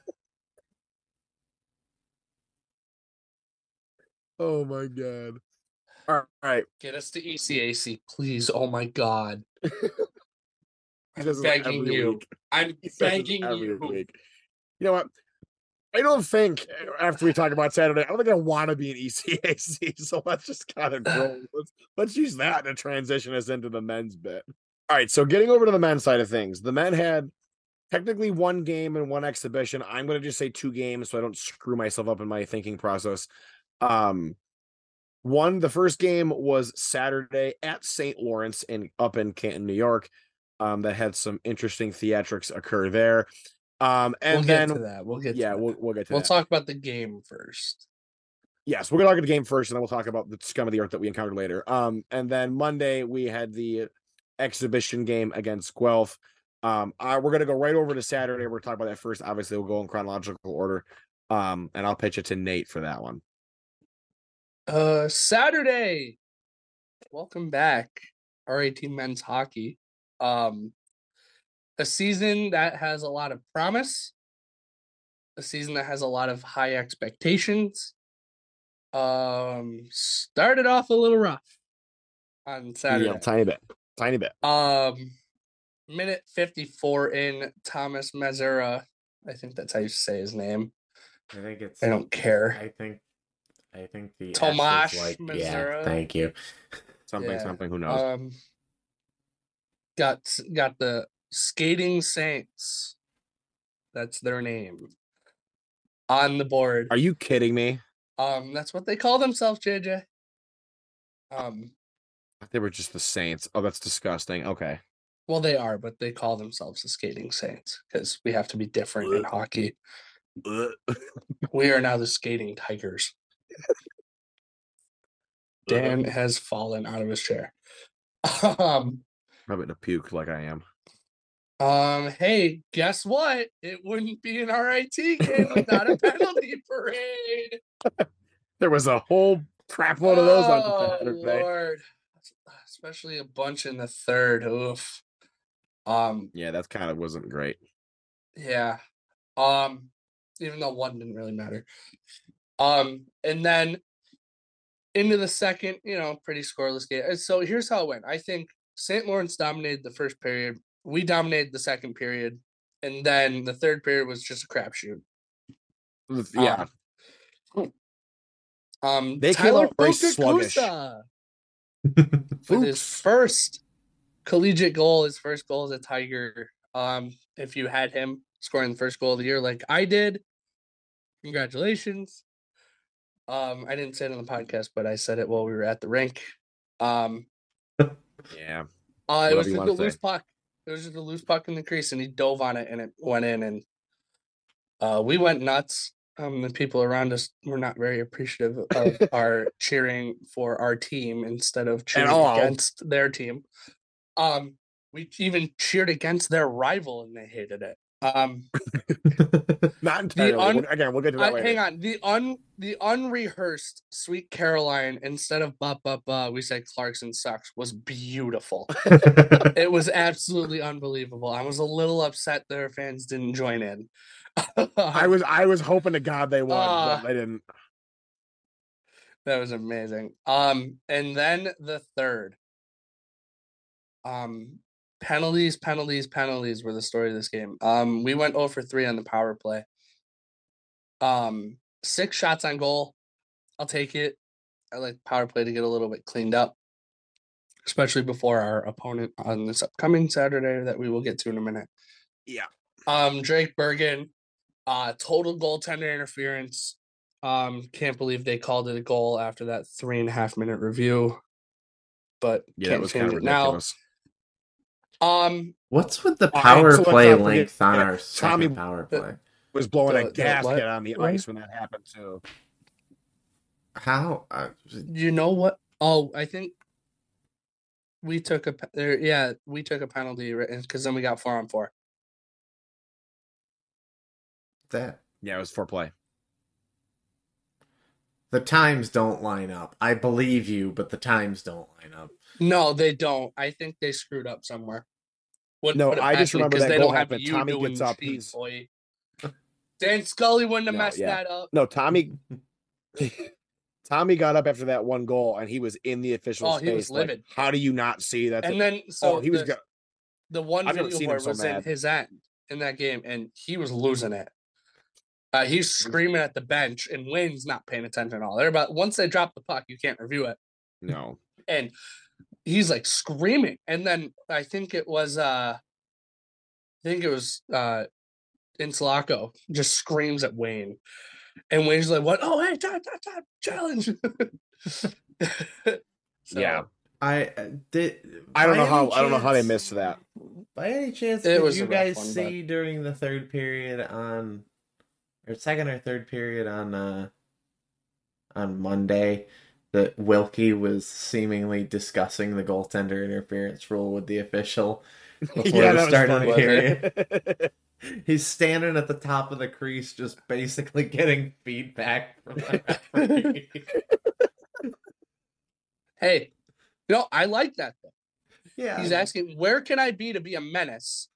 Oh my god. All right. All right. Get us to E ECAC, please. Oh [laughs] my God. He does this Begging every you. week. I'm He does this begging every you. week. You know what? I don't think uh, after we talk about Saturday, I don't think I want to be an [laughs] E ECAC. So let's just kind [sighs] of go. Let's, let's use that to transition us into the men's bit. All right. So getting over to the men's side of things, the men had technically one game and one exhibition. I'm going to just say two games so I don't screw myself up in my thinking process. Um, one, the first game was Saturday at St. Lawrence in up in Canton, New York. Um, that had some interesting theatrics occur there. Um, and we'll then get to that. We'll get. yeah, to we'll that. we'll get to we'll that. talk about the game first. yes, we're gonna talk about the game first, and then we'll talk about the scum of the earth that we encountered later. Um, and then Monday we had the exhibition game against Guelph. Um, I, we're gonna go right over to Saturday. We're talking about that first. Obviously, we'll go in chronological order. Um, and I'll pitch it to Nate for that one. Uh, Saturday. Welcome back, RAT men's hockey. Um, a season that has a lot of promise, a season that has a lot of high expectations. Um, started off a little rough on Saturday. Yeah, tiny bit, tiny bit. Um, minute 54 in Thomas Mazura. I think that's how you say his name. I think it's. I don't care. I think. I think the S is Tomasz like, yeah. Mazura. Thank [laughs] you. [laughs] Something, Yeah. something. Who knows? Um, got s- got the skating Saints. That's their name on the board. Are you kidding me? Um, that's what they call themselves, JJ. Um, They were just the Saints. Oh, that's disgusting. Okay. well, they are, but they call themselves the skating Saints because we have to be different in hockey. We are now the skating Tigers. Dan has fallen out of his chair. [laughs] Um, I'm going to puke like I am. Um, hey, guess what? It wouldn't be an RIT game without [laughs] a penalty parade. There was a whole crapload of those Oh, on Saturday. Lord. Especially a bunch in the third. Oof. Um, Yeah, that kind of wasn't great. yeah. Um, even though one didn't really matter. Um, and then into the second, you know, pretty scoreless game. And so here's how it went. I think St. Lawrence dominated the first period. we dominated the second period, and then the third period was just a crapshoot. Ah, Yeah, Um, They came Tyler out very sluggish. Fukuoka with his first collegiate goal, his first goal as a Tiger. Um, if you had him scoring the first goal of the year like I did, congratulations. Um, I didn't say it on the podcast, but I said it while we were at the rink. Um, yeah. uh, it Whatever was you just a wanna loose say. puck. It was just a loose puck in the crease, and he dove on it, and it went in, and uh, we went nuts. Um, the people around us were not very appreciative of [laughs] our cheering for our team instead of cheering all. against their team. Um, we even cheered against their rival, and they hated it. Um, Not entirely. un- We'll- Again, we'll get to that uh, later. hang on, the un the unrehearsed "Sweet Caroline" instead of "Ba Ba Ba," we said "Clarkson sucks" was beautiful. it was absolutely unbelievable. I was a little upset their fans didn't join in. I was I was hoping to God they won, Ah. but they didn't. [laughs] that was amazing. Um, and then the third. Um, penalties, penalties, penalties were the story of this game. Um, we went 0 for 3 on the power play. Um, six shots on goal. I'll take it. I like power play to get a little bit cleaned up, especially before our opponent on this upcoming Saturday that we will get to in a minute. Yeah. Um, Drake Bergen, uh, total goaltender interference. Um, can't believe they called it a goal after that three and a half minute review, but Yeah, that can't was kind change of it now. ridiculous. Um, What's with the All right, power so let's play not forget- length on yeah, our Tommy- second power the- play? Was blowing The- a the what? gasket on the What? ice when that happened too. How? Uh, you know what? Oh, I think we took a pe- there. Yeah, we took a penalty because then we got four on four. that Yeah, it was foreplay. the times don't line up. I believe you, but the times don't line up. No, they don't. I think they screwed up somewhere. Wouldn't No, put it I just past me, remember 'cause that they goal don't have happened. you Tommy doing gets up, shit, he's- boy. Dan Scully wouldn't have No, messed yeah. that up. No, Tommy [laughs] Tommy got up after that one goal and he was in the official Oh, space. he was like, livid. How do you not see that? and then so oh, he was the, go- the one I've never video seen him board so was in mad. his end in that game, and he was losing it. Uh, he's screaming at the bench, and Wayne's not paying attention at all. They're about once they drop the puck, you can't review it, [laughs] no. and he's like screaming. And then I think it was, uh I think it was uh Insulaco just screams at Wayne, and Wayne's like, "What? Oh, hey, time, time, time, challenge!" [laughs] So, Yeah. I uh, did. I don't by know how- any I don't know how they chance- missed that. By any chance, It did was you a rough guys one, but- see during the third period on, or second or third period on, uh, on Monday, that Wilkie was seemingly discussing the goaltender interference rule with the official before [laughs] yeah, the that start of was the period? funny. He's standing at the top of the crease, just basically getting feedback from the referee. hey, you know, I like that. yeah, He's asking, where can I be to be a menace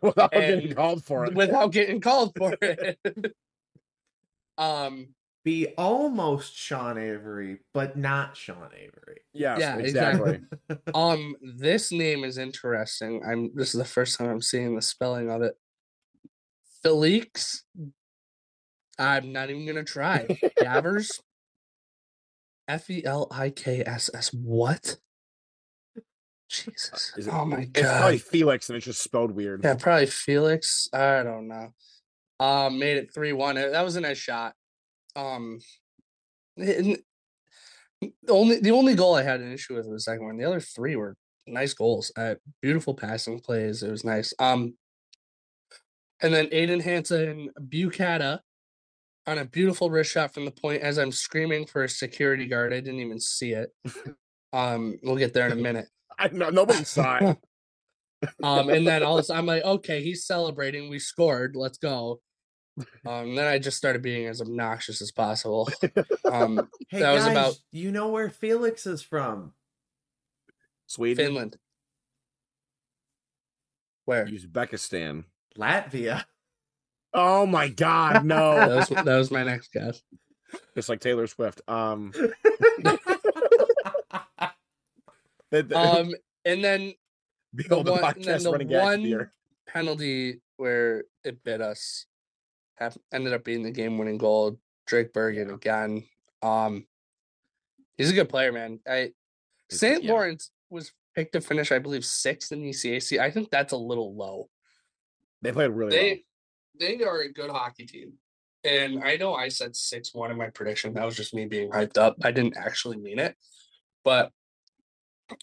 Without getting And called for it. without getting called for it? [laughs] um, be almost Sean Avery, but not Sean Avery. yes, yeah, exactly. [laughs] um, this name is interesting. I'm this is the first time I'm seeing the spelling of it. Felix. I'm not even gonna try. [laughs] Davers. F E L I K S S. What? Jesus. Is it- oh my god. It's probably Felix and it's just spelled weird. Yeah, probably Felix. I don't know. Um, made it three one. That was a nice shot. Um, n- n- the only the only goal I had an issue with was the second one. The other three were nice goals. Uh, beautiful passing plays. It was nice. Um, and then Aiden Hansen Bucata on a beautiful wrist shot from the point as I'm screaming for a security guard. I didn't even see it. Um, we'll get there in a minute. I no, nobody saw [laughs] it. Um, and then all of a sudden I'm like, okay, he's celebrating. We scored. Let's go. Um, then I just started being as obnoxious as possible. [laughs] Um, Hey That was guys, about- you know where Felix is from? Sweden, Finland. Where? Uzbekistan. Latvia. [laughs] Oh my God, That [laughs] no! was, that was my next [laughs] guess. Just like Taylor Swift. Um, [laughs] that- that- [laughs] Um, and then Be able to one- and then podcast the running gag one- of the year. penalty where it bit us hap- ended up being the game winning goal. Drake Bergen again. Um, he's a good player, man. I He's- St. yeah. Lawrence was picked to finish, I believe, sixth in the ECAC. I think that's a little low. They played really well. They they are a good hockey team. And I know I said 6 1 in my prediction. That was just me being hyped up. I didn't actually mean it. But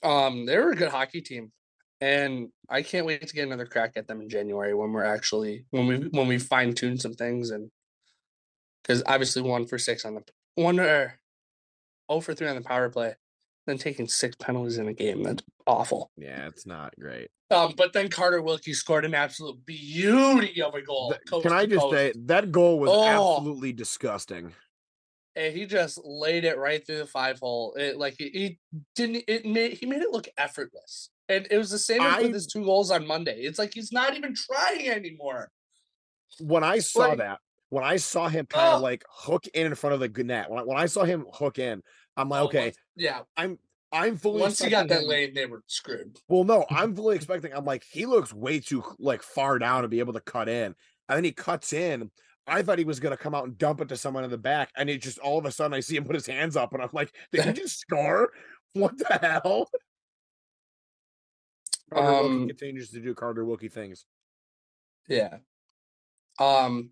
um they were a good hockey team. And I can't wait to get another crack at them in January when we're actually when we when we fine tune some things and because obviously one for six on the one or oh for three on the power play, then taking six penalties in a game. That's awful. Yeah, it's not great. Um, but then Carter Wilkie scored an absolute beauty of a goal. Th- coast Can I to just coast, say that goal was Oh. absolutely disgusting? And he just laid it right through the five hole. It like he, he didn't. It made he made it look effortless, and it was the same as I- with his two goals on Monday. It's like he's not even trying anymore. When I saw Like- that, when I saw him kind of Oh. like hook in in front of the g- net, when I, when I saw him hook in, I'm like, Oh, okay, once- yeah. I'm I'm fully Once he got expecting that him- lane, they were screwed. Well, no, I'm fully expecting. I'm like, he looks way too like far down to be able to cut in, and then he cuts in. I thought he was gonna come out and dump it to someone in the back, and it just all of a sudden I see him put his hands up, and I'm like, did [laughs] he just score? What the hell? Carter Wilkie Um, continues to do Carter Wilkie things. Yeah. Um.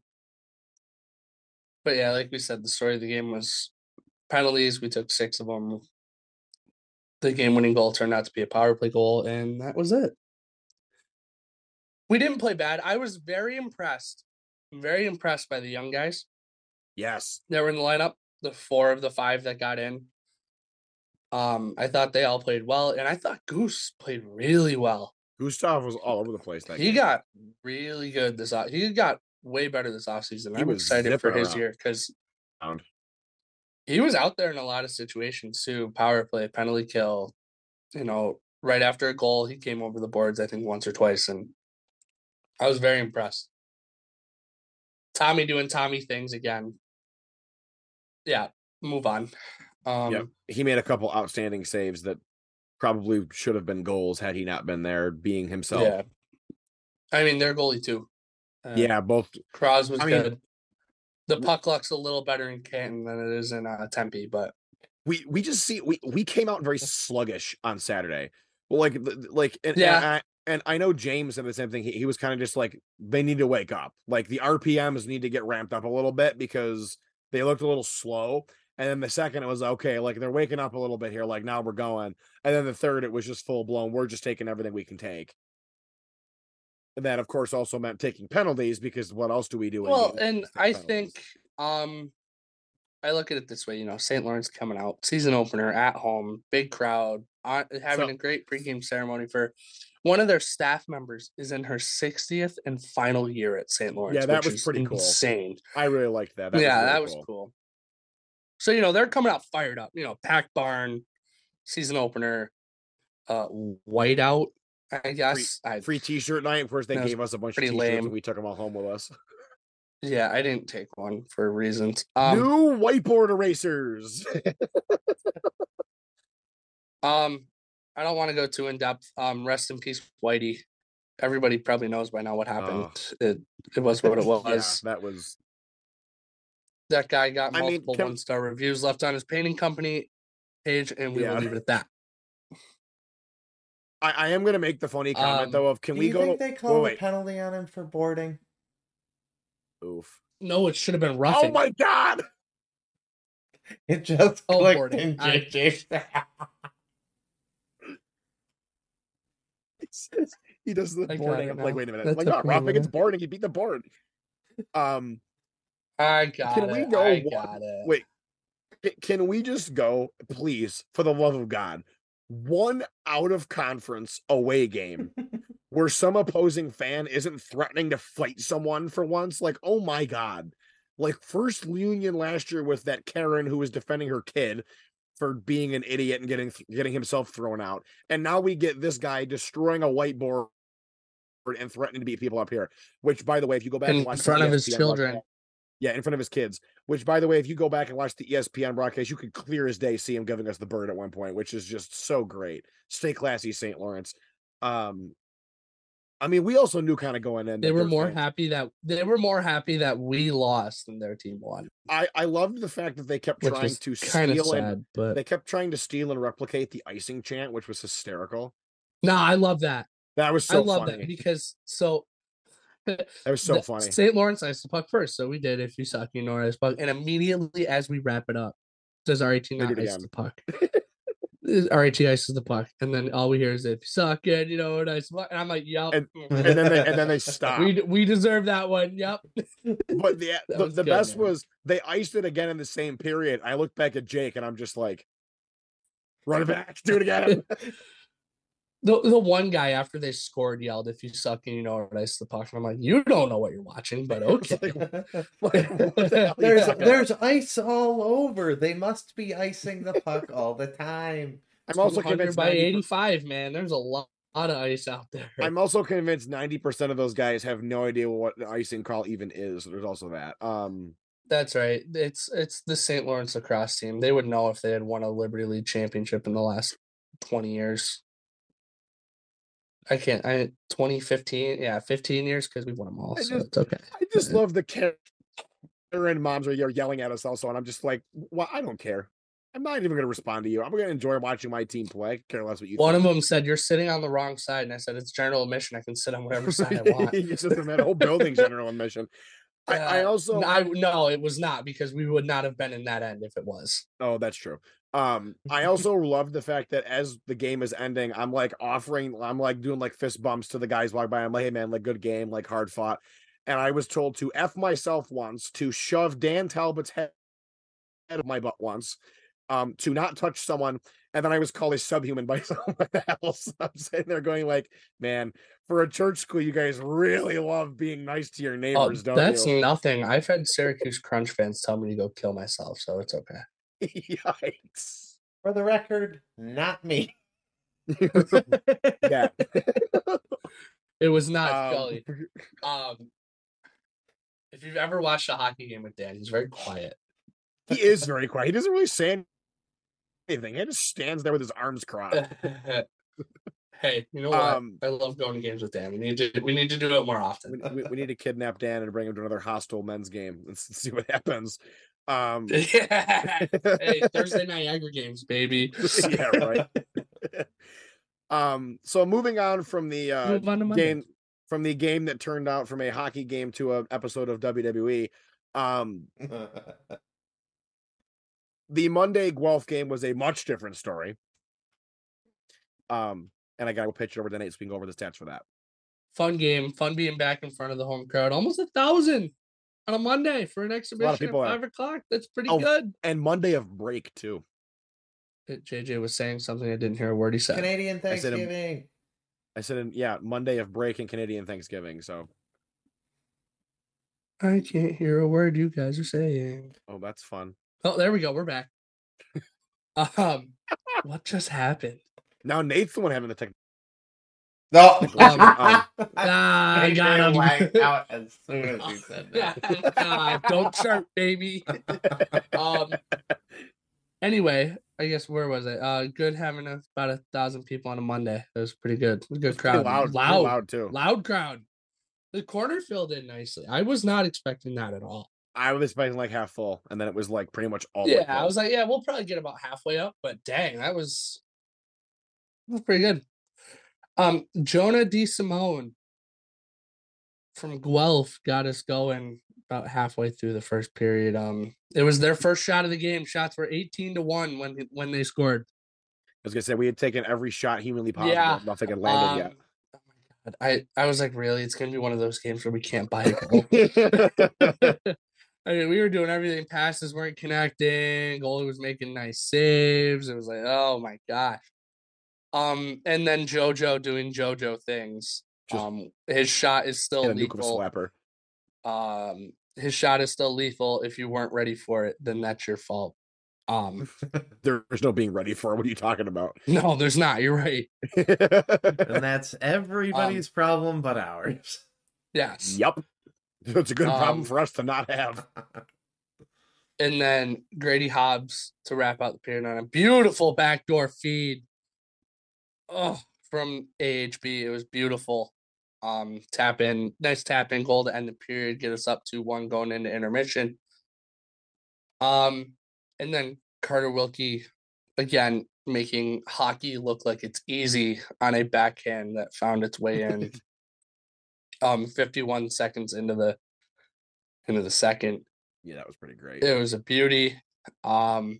But yeah, like we said, the story of the game was penalties. We took six of them. The game-winning goal turned out to be a power play goal, and that was it. We didn't play bad. I was very impressed, very impressed by the young guys Yes, that were in the lineup. The four of the five that got in. Um, I thought they all played well, and I thought Goose played really well Gustav was all over the place. That he game. got really good this off. He got way better this offseason. He I'm was excited for zipping his around. year because Around. he was out there in a lot of situations too. Power play, penalty kill. You know, right after a goal, he came over the boards. I think once or twice, and I was very impressed. Tommy doing Tommy things again. Yeah, move on. Um, Yep. he made a couple outstanding saves that probably should have been goals had he not been there, being himself. yeah. I mean, they're goalie too. Uh, yeah both Cross was I mean- good. The puck luck's a little better in Canton than it is in uh, Tempe, but we we just see we we came out very sluggish on Saturday. Well, like th- th- like and, Yeah. and I and I know James said the same thing. He, he was kind of just like they need to wake up. Like the RPMs need to get ramped up a little bit because they looked a little slow. And then the second it was okay, like they're waking up a little bit here. Like now we're going. And then the third it was just full blown. We're just taking everything we can take. And that of course also meant taking penalties because what else do we do? in well, games and but take I penalties? think um, I look at it this way. You know, St. Lawrence coming out season opener at home, big crowd, on, having So- a great pregame ceremony for one of their staff members is in her 60th and final year at St. Lawrence. that which was is pretty cool. Insane. I really liked that. yeah, really that was cool. So you know they're coming out fired up. You know, pack barn, season opener, uh, whiteout. I guess I free T-shirt night. Of course, they That was gave us a bunch of pretty T-shirts lame. and we took them all home with us. yeah I didn't take one for reasons. Um, New whiteboard erasers. [laughs] um, I don't want to go too in depth. Um, rest in peace, Whitey. Everybody probably knows by now what happened. It it was what [laughs] it Yeah, was. that was That guy got I mean, multiple can- one star reviews left on his painting company page, and we Yeah. will leave it at that. I, I am gonna make the funny comment Um, though of can Do we you go think to they called wait. a penalty on him for boarding? oof. No, it should have been roughing. Oh my god! [laughs] It just Oh, clicked boarding. in I- JJ's. He does the I got boarding. it I'm like, now. wait a minute. That like, took no, me a Ropping it's minute. boarding. He beat the board. Um, I got Can it. we know I what- got it. wait. c- Can we just go, please, for the love of God, one out of conference away game where some opposing fan isn't threatening to fight someone for once. Like, oh my god. Like first union last year with that Karen who was defending her kid for being an idiot and getting getting himself thrown out. And now we get this guy destroying a whiteboard and threatening to beat people up here. Which by the way, if you go back In and watch the E front of his ESPN broadcast- children. yeah, in front of his kids. Which by the way, if you go back and watch the E ESPN broadcast, you could clear as day see him giving us the bird at one point, which is just so great. Stay classy, St. Lawrence. Um, I mean, we also knew kind of going in. They that were there's more gonna- happy that they were more happy that we lost than their team won, I I loved the fact that they kept which trying was to kind of steal and sad. But they kept trying to steal and replicate the icing chant, which was hysterical. no, I love that. That was I so love that funny. because so That was so the- funny. St. Lawrence ice the puck first, so we did. If you suck, you know ice puck. And immediately as we wrap it up, does RIT They not did it ice again. [laughs] the puck? RIT ices the puck, and then all we hear is if you suck, and you know ice the puck. And I'm like, yup, mm, And then they and then they stopped. [laughs] we d- we deserve that one. Yup. But [laughs] the the, was the good, best man. was they iced it again in the same period. I look back at Jake and I'm just like, run it back, do it again. The the one guy after they scored yelled, "If you suck, and you know it, ice the puck." And I'm like, you don't know what you're watching, but [laughs] It's okay. [laughs] like, like, what the hell are you there's talking about? there's ice all over. They must be icing the puck all the time. I'm also 200 convinced by 90 85, man. There's a lot, lot of ice out there. I'm also convinced 90% of those guys have no idea what the icing call even is. There's also that. Um [laughs] That's right. It's it's the St. Lawrence lacrosse team. They would know if they had won a Liberty League championship in the last twenty years. I can't. I twenty fifteen. Yeah, fifteen years because we won them all. I So just- [laughs] it's okay. I just love the care and moms are you're yelling at us also, and I'm just like, well, I don't care. I'm not even gonna respond to you. I'm gonna enjoy watching my team play. I Care less what you One think. of them said, "You're sitting on the wrong side," and I said, "It's general admission. I can sit [laughs] on whatever side I want." it's just a man, whole building's under one mission. I, I Uh, also N- I no, it was not because we would not have been in that end if it was. oh that's true. Um, [laughs] I also love the fact that as the game is ending, I'm like offering, I'm like doing like fist bumps to the guys walking by. I'm like, hey man, like good game, like hard fought. And I was told to f myself once, to shove Dan Talbot's head out of my butt once, um, to not touch someone, and then I was called a subhuman by [laughs] someone else. I'm sitting there going like, man, for a church school, you guys really love being nice to your Oh, neighbors, don't that's you? nothing. I've had Syracuse Crunch fans tell me to go kill myself, so it's okay. [laughs] Yikes. [laughs] For the record, not me. [laughs] yeah. It was not Scully. Um, um if you've ever watched a hockey game with Dan, he's very quiet. [laughs] he is very quiet. He doesn't really say anything. He just stands there with his arms crossed. hey, Uh, you know what? Um, I love going to games with Dan. We need to we need to do it more we, often. we, we need to kidnap Dan and bring him to another hostile men's game and s- see what happens. Um, Yeah. [laughs] hey, Thursday Niagara games, baby. [laughs] yeah, [laughs] right. Um, so moving on from the [laughs] uh, Move on to Monday. game from the game that turned out from a hockey game to an episode of WWE. Um, the Monday Guelph game was a much different story. Um, and I got to pitch it over to Nate so we can go over the stats for that. Fun game, fun being back in front of the home crowd. Almost a thousand on a Monday for an exhibition at people out. five o'clock. That's pretty Oh. good. And Monday of break too. Uh, JJ was saying something I didn't hear a word he said. Canadian I said, um, Thanksgiving. I said, in, yeah, Monday of break and Canadian Thanksgiving. So, I can't hear a word you guys are saying. oh, that's fun. Oh, there we go. We're back. [laughs] um, what just happened? Now Nate's the one having the tech. [laughs] No. Um, Ah, I JJ got him. [laughs] lagged out as soon as Oh, you said that. Ah, don't chirp, baby. Um. Anyway, I guess where was I? Uh, good having a, about a thousand people on a Monday. It was pretty good. It was a good Pretty crowd. loud, pretty loud, loud too. loud crowd. The corner filled in nicely. I was not expecting that at all. I was expecting like half full, and then it was like pretty much all. the way yeah, I full. was like, yeah, we'll probably get about halfway up, but dang, that was that was pretty good. Um, Jonah D. Simone from Guelph got us going about halfway through the first period. Um, it was their first shot of the game. Shots were eighteen to one when they- when they scored. I was gonna say we had taken every shot humanly possible. Yeah, Nothing had landed yet. Um, oh my God, I I was like, really, it's gonna be one of those games where we can't buy a goal. [laughs] [laughs] I mean, we were doing everything. Passes weren't connecting. Goalie was making nice saves. It was like, oh my gosh. Um, and then JoJo doing JoJo things. Just um, his shot is still Hit a nuke of a lethal. slapper. Um, his shot is still lethal. If you weren't ready for it, then that's your fault. Um, There's no being ready for it. What are you talking [laughs] about? [laughs] no, there's not. You're right. [laughs] and that's everybody's problem but ours. Yes. yep. It's a good Um, problem for us to not have. And then Grady Hobbs to wrap out the period on a beautiful backdoor feed. Oh, from AHB. It was beautiful. Um, tap in, nice tap in goal to end the period, get us up to one going into intermission. Um, and then Carter Wilkie again making hockey look like it's easy on a backhand that found its way in. um, fifty-one seconds into the into the second, Yeah, that was pretty great. it was a beauty. Um,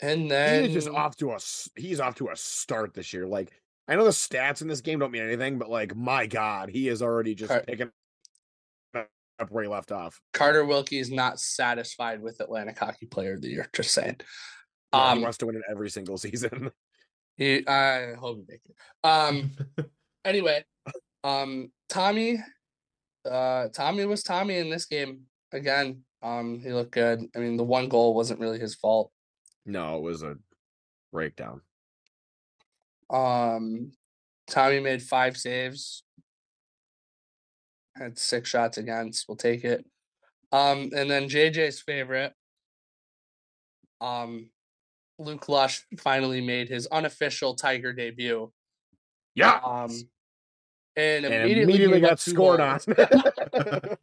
and then He is just off to a s- he's off to a start this year. Like I know the stats in this game don't mean anything, but like my God, he is already just Car- picking up where he left off. Carter Wilkie is not satisfied with Atlantic Hockey Player of the Year. Just saying. You know, he Um, wants to win it every single [laughs] season. he, I hope he makes it. Um, anyway, um, Tommy, uh, Tommy was Tommy in this game again. Um, he looked good. I mean, the one goal wasn't really his fault. no, it was a breakdown. Um, Tommy made five saves, had six shots against. We'll take it. Um, and then JJ's favorite, um, Luke Lush finally made his unofficial Tiger debut. Yeah, Um, and and immediately, immediately, gave up got two scored goals. on. [laughs]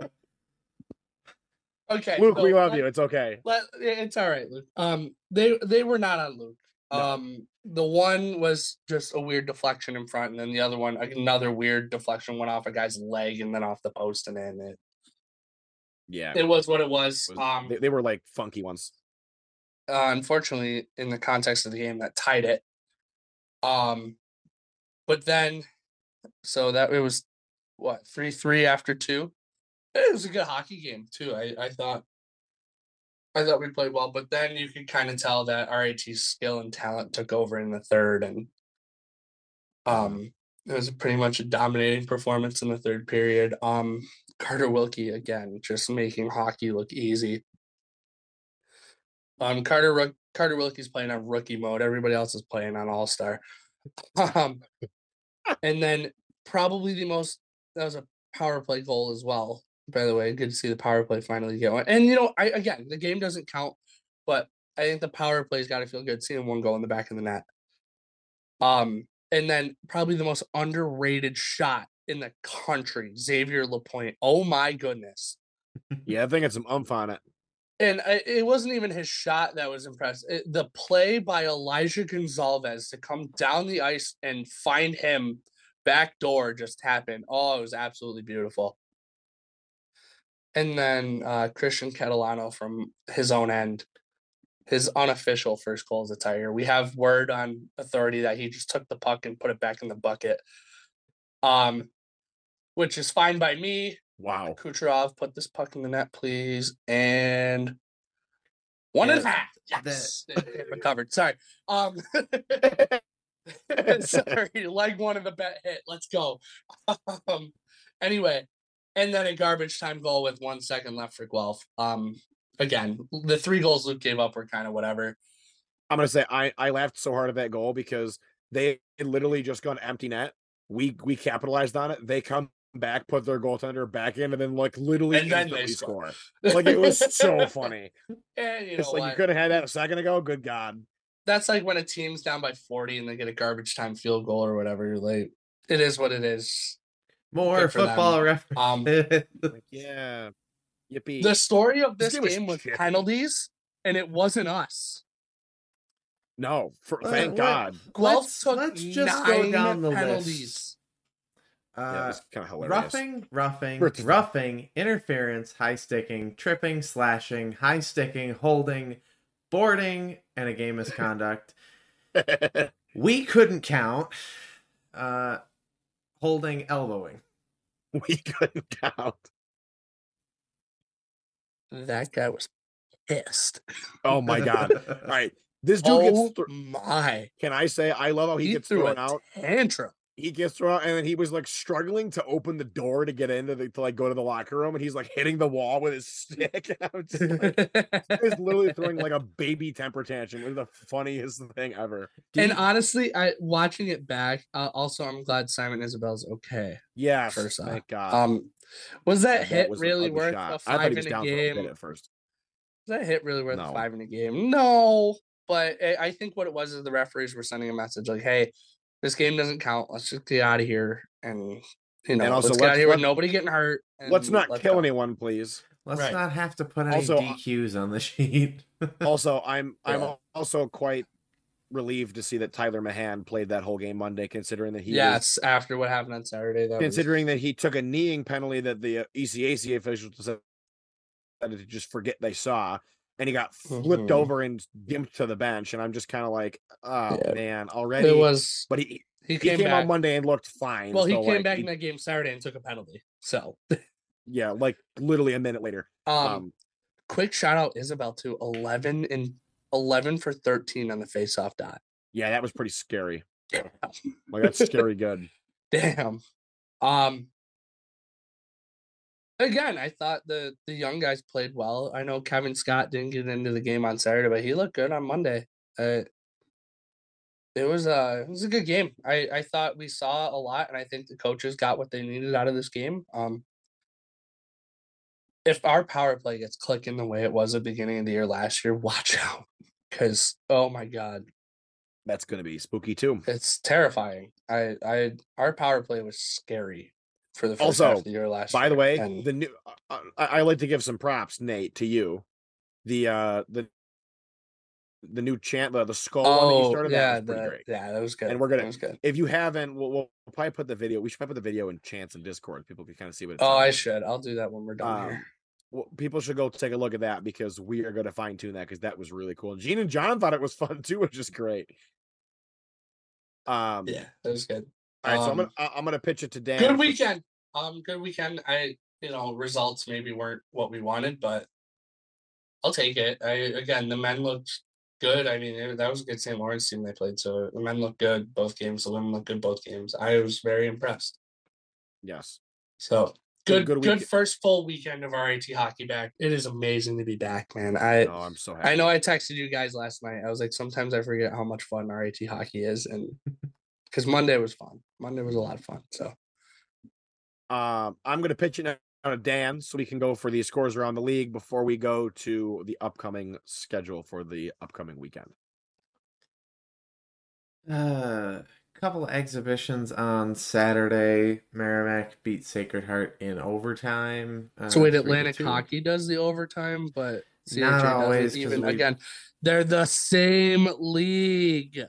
Okay, [laughs] Luke, so we love let- you. It's okay. Let, it's all right, Luke. Um, they they were not on Luke. No. Um, the one was just a weird deflection in front, and then the other one, another weird deflection, went off a guy's leg and then off the post and in. It Yeah, it was what it was. was- Um, they, they were like funky ones. uh, unfortunately, in the context of the game, that tied it. Um, but then, so that it was what three three after two. It was a good hockey game too. I I thought, I thought we played well. But then you could kind of tell that RIT's skill and talent took over in the third, and um, it was pretty much a dominating performance in the third period. Um, Carter Wilkie again, just making hockey look easy. Um, Carter Rook- Carter Wilkie's playing on rookie mode. Everybody else is playing on All Star. [laughs] Um, and then probably the most that was a power play goal as well. By the way, good to see the power play finally get one. And you know, I again the game doesn't count, but I think the power play's got to feel good seeing one go in the back of the net. Um, and then probably the most underrated shot in the country, Xavier Lapointe. Oh my goodness! Yeah, I think it's some umph on it. And I, it wasn't even his shot that was impressive. It, the play by Elijah Gonzalez to come down the ice and find him back door just happened. Oh, it was absolutely beautiful. And then uh, Christian Catalano from his own end, his unofficial first goal as a Tiger. We have word on authority that he just took the puck and put it back in the bucket, um, which is fine by me. Wow. Kucherov, put this puck in the net, please. And one and a Yeah, half. Yes. [laughs] It- it recovered. Sorry. Um [laughs] sorry, leg one of the bet hit. Let's go. [laughs] Um anyway, and then a garbage time goal with one second left for Guelph. Um again, the three goals Luke gave up were kind of whatever. I'm gonna say I I laughed so hard at that goal because they had literally just gone empty net. We we capitalized on it. They come back, put their goaltender back in, and then like literally And then they instantly score. score. Like it was [laughs] so funny. and you know it's like you what? could have had that a second ago. Good God. that's like when a team's down by 40 and they get a garbage time field goal or whatever. You're like, it is what it is. [laughs] More Good for them. football [laughs] Um references. Like yeah, yippee. the story of This this, game was game was shitty. penalties, and it wasn't us. no, for, Let- thank let- God. Guelph let's- took let's just go nine down the penalties. list. Yeah, it Uh, was kind of hilarious. roughing, roughing, First of all- roughing, interference, high sticking, tripping, slashing, high sticking, holding, boarding, and a game [laughs] misconduct. we couldn't count. Uh, holding, elbowing. we couldn't count. That guy was pissed. Oh my God. [laughs] All right. This dude oh gets thr- my! Can I say I love how Oh, he, he, gets threw thrown a out? tantrum. He gets thrown out, and then he was like struggling to open the door to get into the to like go to the locker room, and he's like hitting the wall with his [laughs] stick. And I'm just like, he was literally throwing like a baby temper tantrum. It was the funniest [laughs] thing ever. Do and you- honestly, I watching it back. Uh, also, I'm glad Simon Isabel's okay. Yes, First off, thank God. Um, was that, Uh, That hit was an really ugly worth shot. a I thought five he was in a down for a game? bit at first. Is that hit really worth No. eh, five in a game? No, but I, I think what it was is the referees were sending a message like, "Hey, This game doesn't count. Let's just get out of here and you know And also let's get out let's- of here with let's- nobody getting hurt. Let's and not kill go. anyone, [laughs] please. Let's Right. not have to put any Also, uh, I- DQs on the sheet. Also, I'm I'm Yeah. also quite relieved to see that Tyler Mahan played that whole game Monday, considering that he was- Yes, after what happened on Saturday, that was- considering that he took a kneeing penalty that the uh, ECAC officials decided to just forget they saw, and he got flipped Mhm. over and dimped to the bench. And I'm just kind of like, oh Yeah. man, already. it was but he he he came, came, back. on Monday and looked fine. well, he so, came like, back he- in that game Saturday and took a penalty. So, yeah, like literally a minute later. um, um quick shout out Isabel to eleven and eleven for thirteen on the face off dot. yeah, that was pretty [laughs] scary. Like that's scary good. Damn. Um again, I thought the the young guys played well. I know Kevin Scott didn't get into the game on Saturday, but he looked good on Monday. Uh it was a it was a good game. I I thought we saw a lot, and I think the coaches got what they needed out of this game. Um, if our power play gets clicking the way it was at the beginning of the year last year, [laughs] watch out, because oh my god, That's gonna be spooky too. it's terrifying. I I our power play was scary for the first half Also, of the year last By the year, way, and the new I, I I like to give some props, Nate, to you. The uh the the new chant, the, the skull one that you oh started. yeah, that was pretty the- great. yeah, that was good. And we're gonna- That was good. If you haven't, we'll, we'll probably put the video. We should probably put the video in chants and Discord. People can kind of see what. It's Oh, I should. I'll do that when we're done Um, here. well, people should go take a look at that because we are going to fine tune that because that was really cool. Gene and John thought it was [laughs] fun too, which is great. Um, Yeah, that was good. All right, so I'm Um, gonna I- I'm gonna pitch it to Dan. Good for- weekend. Um, good weekend. I you know results maybe weren't what we wanted, but I'll take it. I again the men looked good. I mean it, that was a good St. Lawrence team they played. So the men looked good both games. The women looked good both games. I was very impressed. Yes, Good- So good, good good, good weekend. first full weekend of RIT hockey back. It is amazing to be back, man. I oh, I'm so happy. I know I texted you guys last night. I was like, sometimes I forget how much fun RIT hockey is, and [laughs] because Monday was fun. Monday was a lot of fun. So Um, I'm going to pitch it now to Dan so we can go for the scores around the league before we go to the upcoming schedule for the upcoming weekend. Uh, couple of exhibitions on Saturday. Merrimack beat Sacred Heart in overtime. Uh, so wait, three to Atlantic two. Hockey does the overtime, but CHA Not doesn't always, 'cause Even we- again, they're the same league.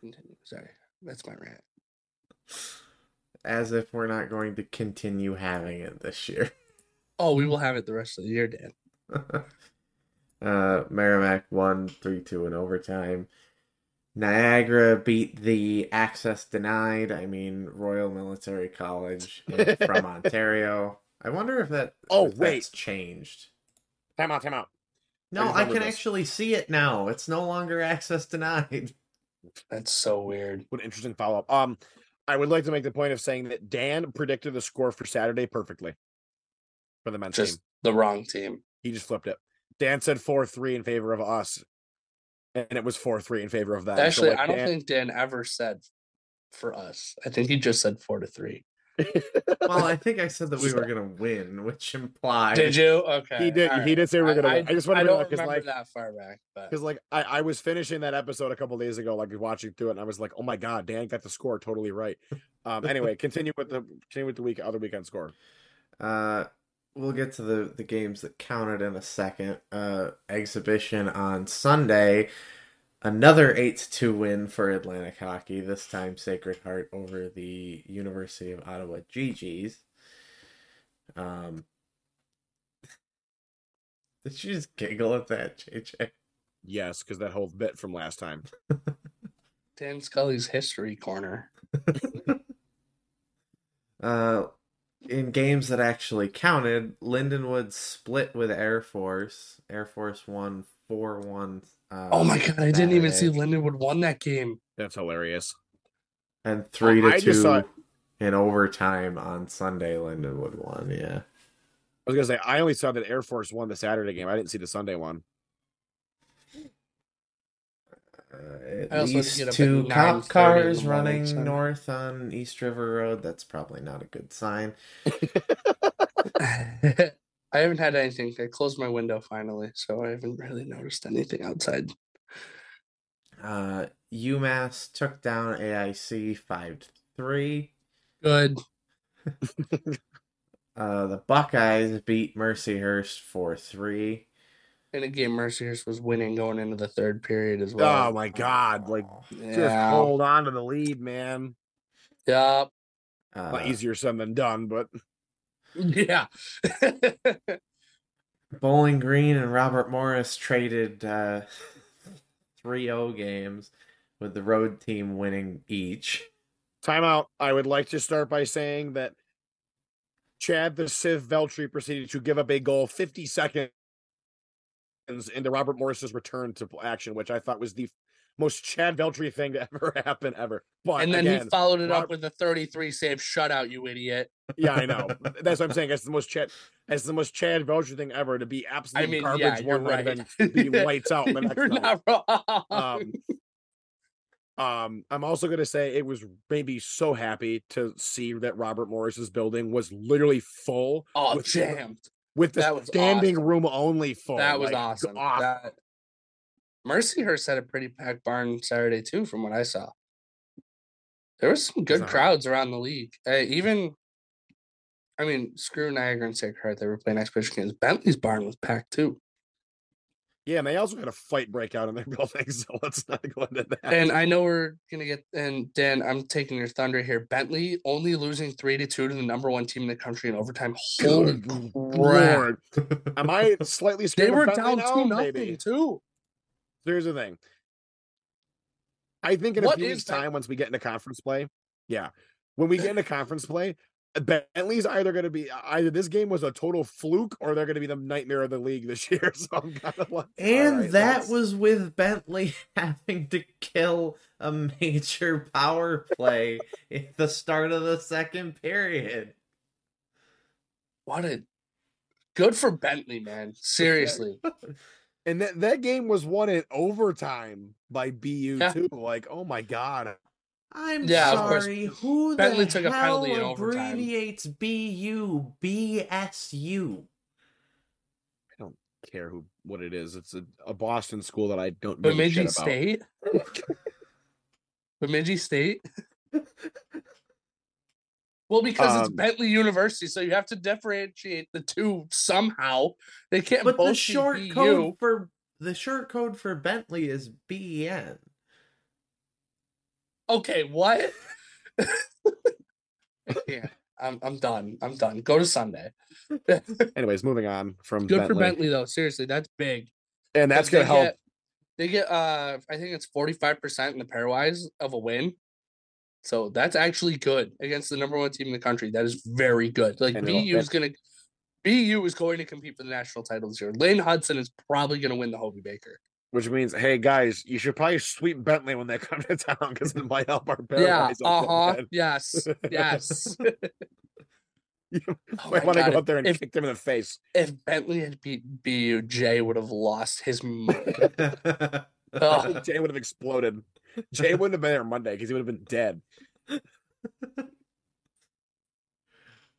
Continue. Sorry, that's my rant. As if we're not going to continue having it this year. [laughs] Oh, we will have it the rest of the year, Dan. uh, Merrimack won 3 2 in overtime. Niagara beat the access denied, I mean, Royal Military [laughs] College in- from Ontario. I wonder if that Oh, if that's wait. changed. Time out, time out. No, I remember can this. actually see it now. It's no longer access [laughs] denied. That's so weird. What an interesting follow up. Um, I would like to make the point of saying that Dan predicted the score for Saturday perfectly for the men's Just team. the wrong team. He just flipped it. Dan said four three in favor of us, and it was four three in favor of them. Uh, So, Actually, like, I don't Dan- think Dan ever said for us. I think he just said four to three. [laughs] Well, I think I said that we were gonna win, which implies Did you? Okay. he did. He did say we were I- gonna. I- win. I, just want I to know don't because remember like that far back, but because like I, I was finishing that episode a couple days ago, like watching through it, and I was like, oh my god, Dan got the score totally right. Um, anyway, continue with the continue with the week other weekend score. Uh, we'll get to the the games that counted in a second. Uh, exhibition on Sunday, another eight to two win for Atlantic Hockey. This time, Sacred Heart over the University of Ottawa GGs. Um, [laughs] did you just giggle at that, JJ? Yes, because that whole bit from last time. Dan Scully's history corner. Uh, in games that actually counted, Lindenwood split with Air Force. Air Force won four one. Uh, Oh my god! I didn't even see Saturday. Lindenwood won that game. [laughs] That's hilarious. And three to I two just saw it. in overtime on Sunday, Lindenwood won. Yeah, I was gonna say I only saw that Air Force won the Saturday game. I didn't see the Sunday one. uh, at I also least get up at two 9:30 in cop the cars morning, running so- north on East River Road. That's probably not a good sign. I haven't had anything. I closed my window finally, so I haven't really noticed anything outside. Uh, UMass took down AIC five to three. Good. Uh, the Buckeyes beat Mercyhurst four three. And again, Mercyhurst was winning going into the third period as Oh well. my god! Like just yeah. hold on to the lead, man. yeah. [laughs] A Uh, lot easier said than done, but Yeah. [laughs] Bowling Green and Robert Morris traded uh, [laughs] 3-0 games with the road team winning [laughs] each. timeout. I would like to start by saying that Chad the Civ Veltri proceeded to give up a goal 50 seconds into Robert Morris's return to action, which I thought was the most Chad Veltri thing to [laughs] ever happen ever. But and then again, [laughs] he followed it Robert- up with a 33 save shutout, you idiot. yeah, I know. That's what I'm saying. That's the most Chad. That's the most Chad Veltri thing ever to be I absolutely mean, garbage yeah, you're one night right. and then [laughs] be lights out the next You're night. not wrong. um, um, I'm also gonna say it was maybe so happy to see that Robert Morris's building was literally full [laughs] oh, with the- jammed. with the That was standing room only full. That was like, awesome. off- That... Mercyhurst had a pretty packed barn Saturday too, from what I saw. There was some good not- crowds around the league. Uh, even, I mean, screw Niagara and Sacred Heart. They were playing exhibition games. Bentley's barn was packed too. Yeah, and they also had a fight break out in their [laughs] building, so let's not go into that. [laughs] And I know we're gonna get. And Dan, I'm taking your thunder here. Bentley only losing three to two to the number one team in the country in overtime. Holy Good crap! Lord, am I slightly scared? They of were Bentley down now? two nothing Maybe. too. Here's the thing. I think in a What few is weeks' Bentley? time, once we get into conference play, yeah, when we get into conference play, uh, Bentley's either going to be uh, either this game was a total fluke or they're going to be the nightmare of the league this [laughs] year. So I'm kind of like, and alright, that let's- was with Bentley [laughs] having to kill a major [laughs] power play at the start of the second period. What a good for Bentley, man. Seriously. and that that game was won in overtime by BU Yeah. too. Like, oh my god, I'm Yeah, of course. sorry. Who the Bentley took a hell penalty in overtime. abbreviates BU BSU? care who what it is? It's a, a Boston school that I don't give a shit Bemidji about. State. Bemidji State. Well, because it's Um, Bentley University, so you have to differentiate the two somehow. They can't But both the short be E BU. code for the short code for Bentley is [laughs] BEN. Okay, what? yeah, I'm I'm done. I'm done. Go to Sunday. Good Anyways, moving on from for Bentley though. Seriously, that's big. and that's going 'Cause they to help. get- they get uh I think it's 45% in the pairwise of a win. So that's actually good against the number one team in the country. That is very good. Like And it'll- BU is gonna BU is going to compete for the national title this year. Lane Hudson is probably gonna win the Hobie Baker. Which means, hey guys, you should probably sweep Bentley when they [laughs] come to town because it might help our bear yeah. wise up Uh there, huh. man. Yes. [laughs] Yes. You Oh might my want to God, go out there and if- kick them in the face. [laughs] If Bentley had beat BU, Jay would have lost his [laughs] mind. [laughs] Oh, Jay would have exploded. Jay wouldn't have been there Monday because he would have been dead. The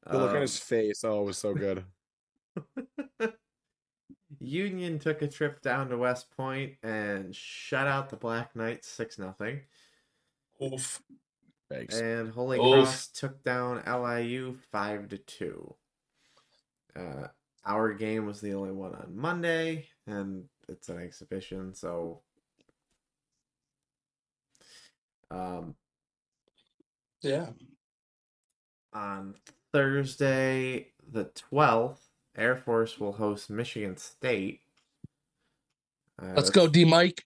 Uh, Um. look on his face, oh, it was so good. Union took a trip down to West Point and shut out the Black Knights six 0 Oof. Eh. Thanks. And Holy Oof. Cross took down LIU five to two. Uh, our game was the only one on Monday, and it's an exhibition, so um, Yeah. on Thursday the twelfth, Air Force will host Michigan State. Uh, Let's go, D Mike.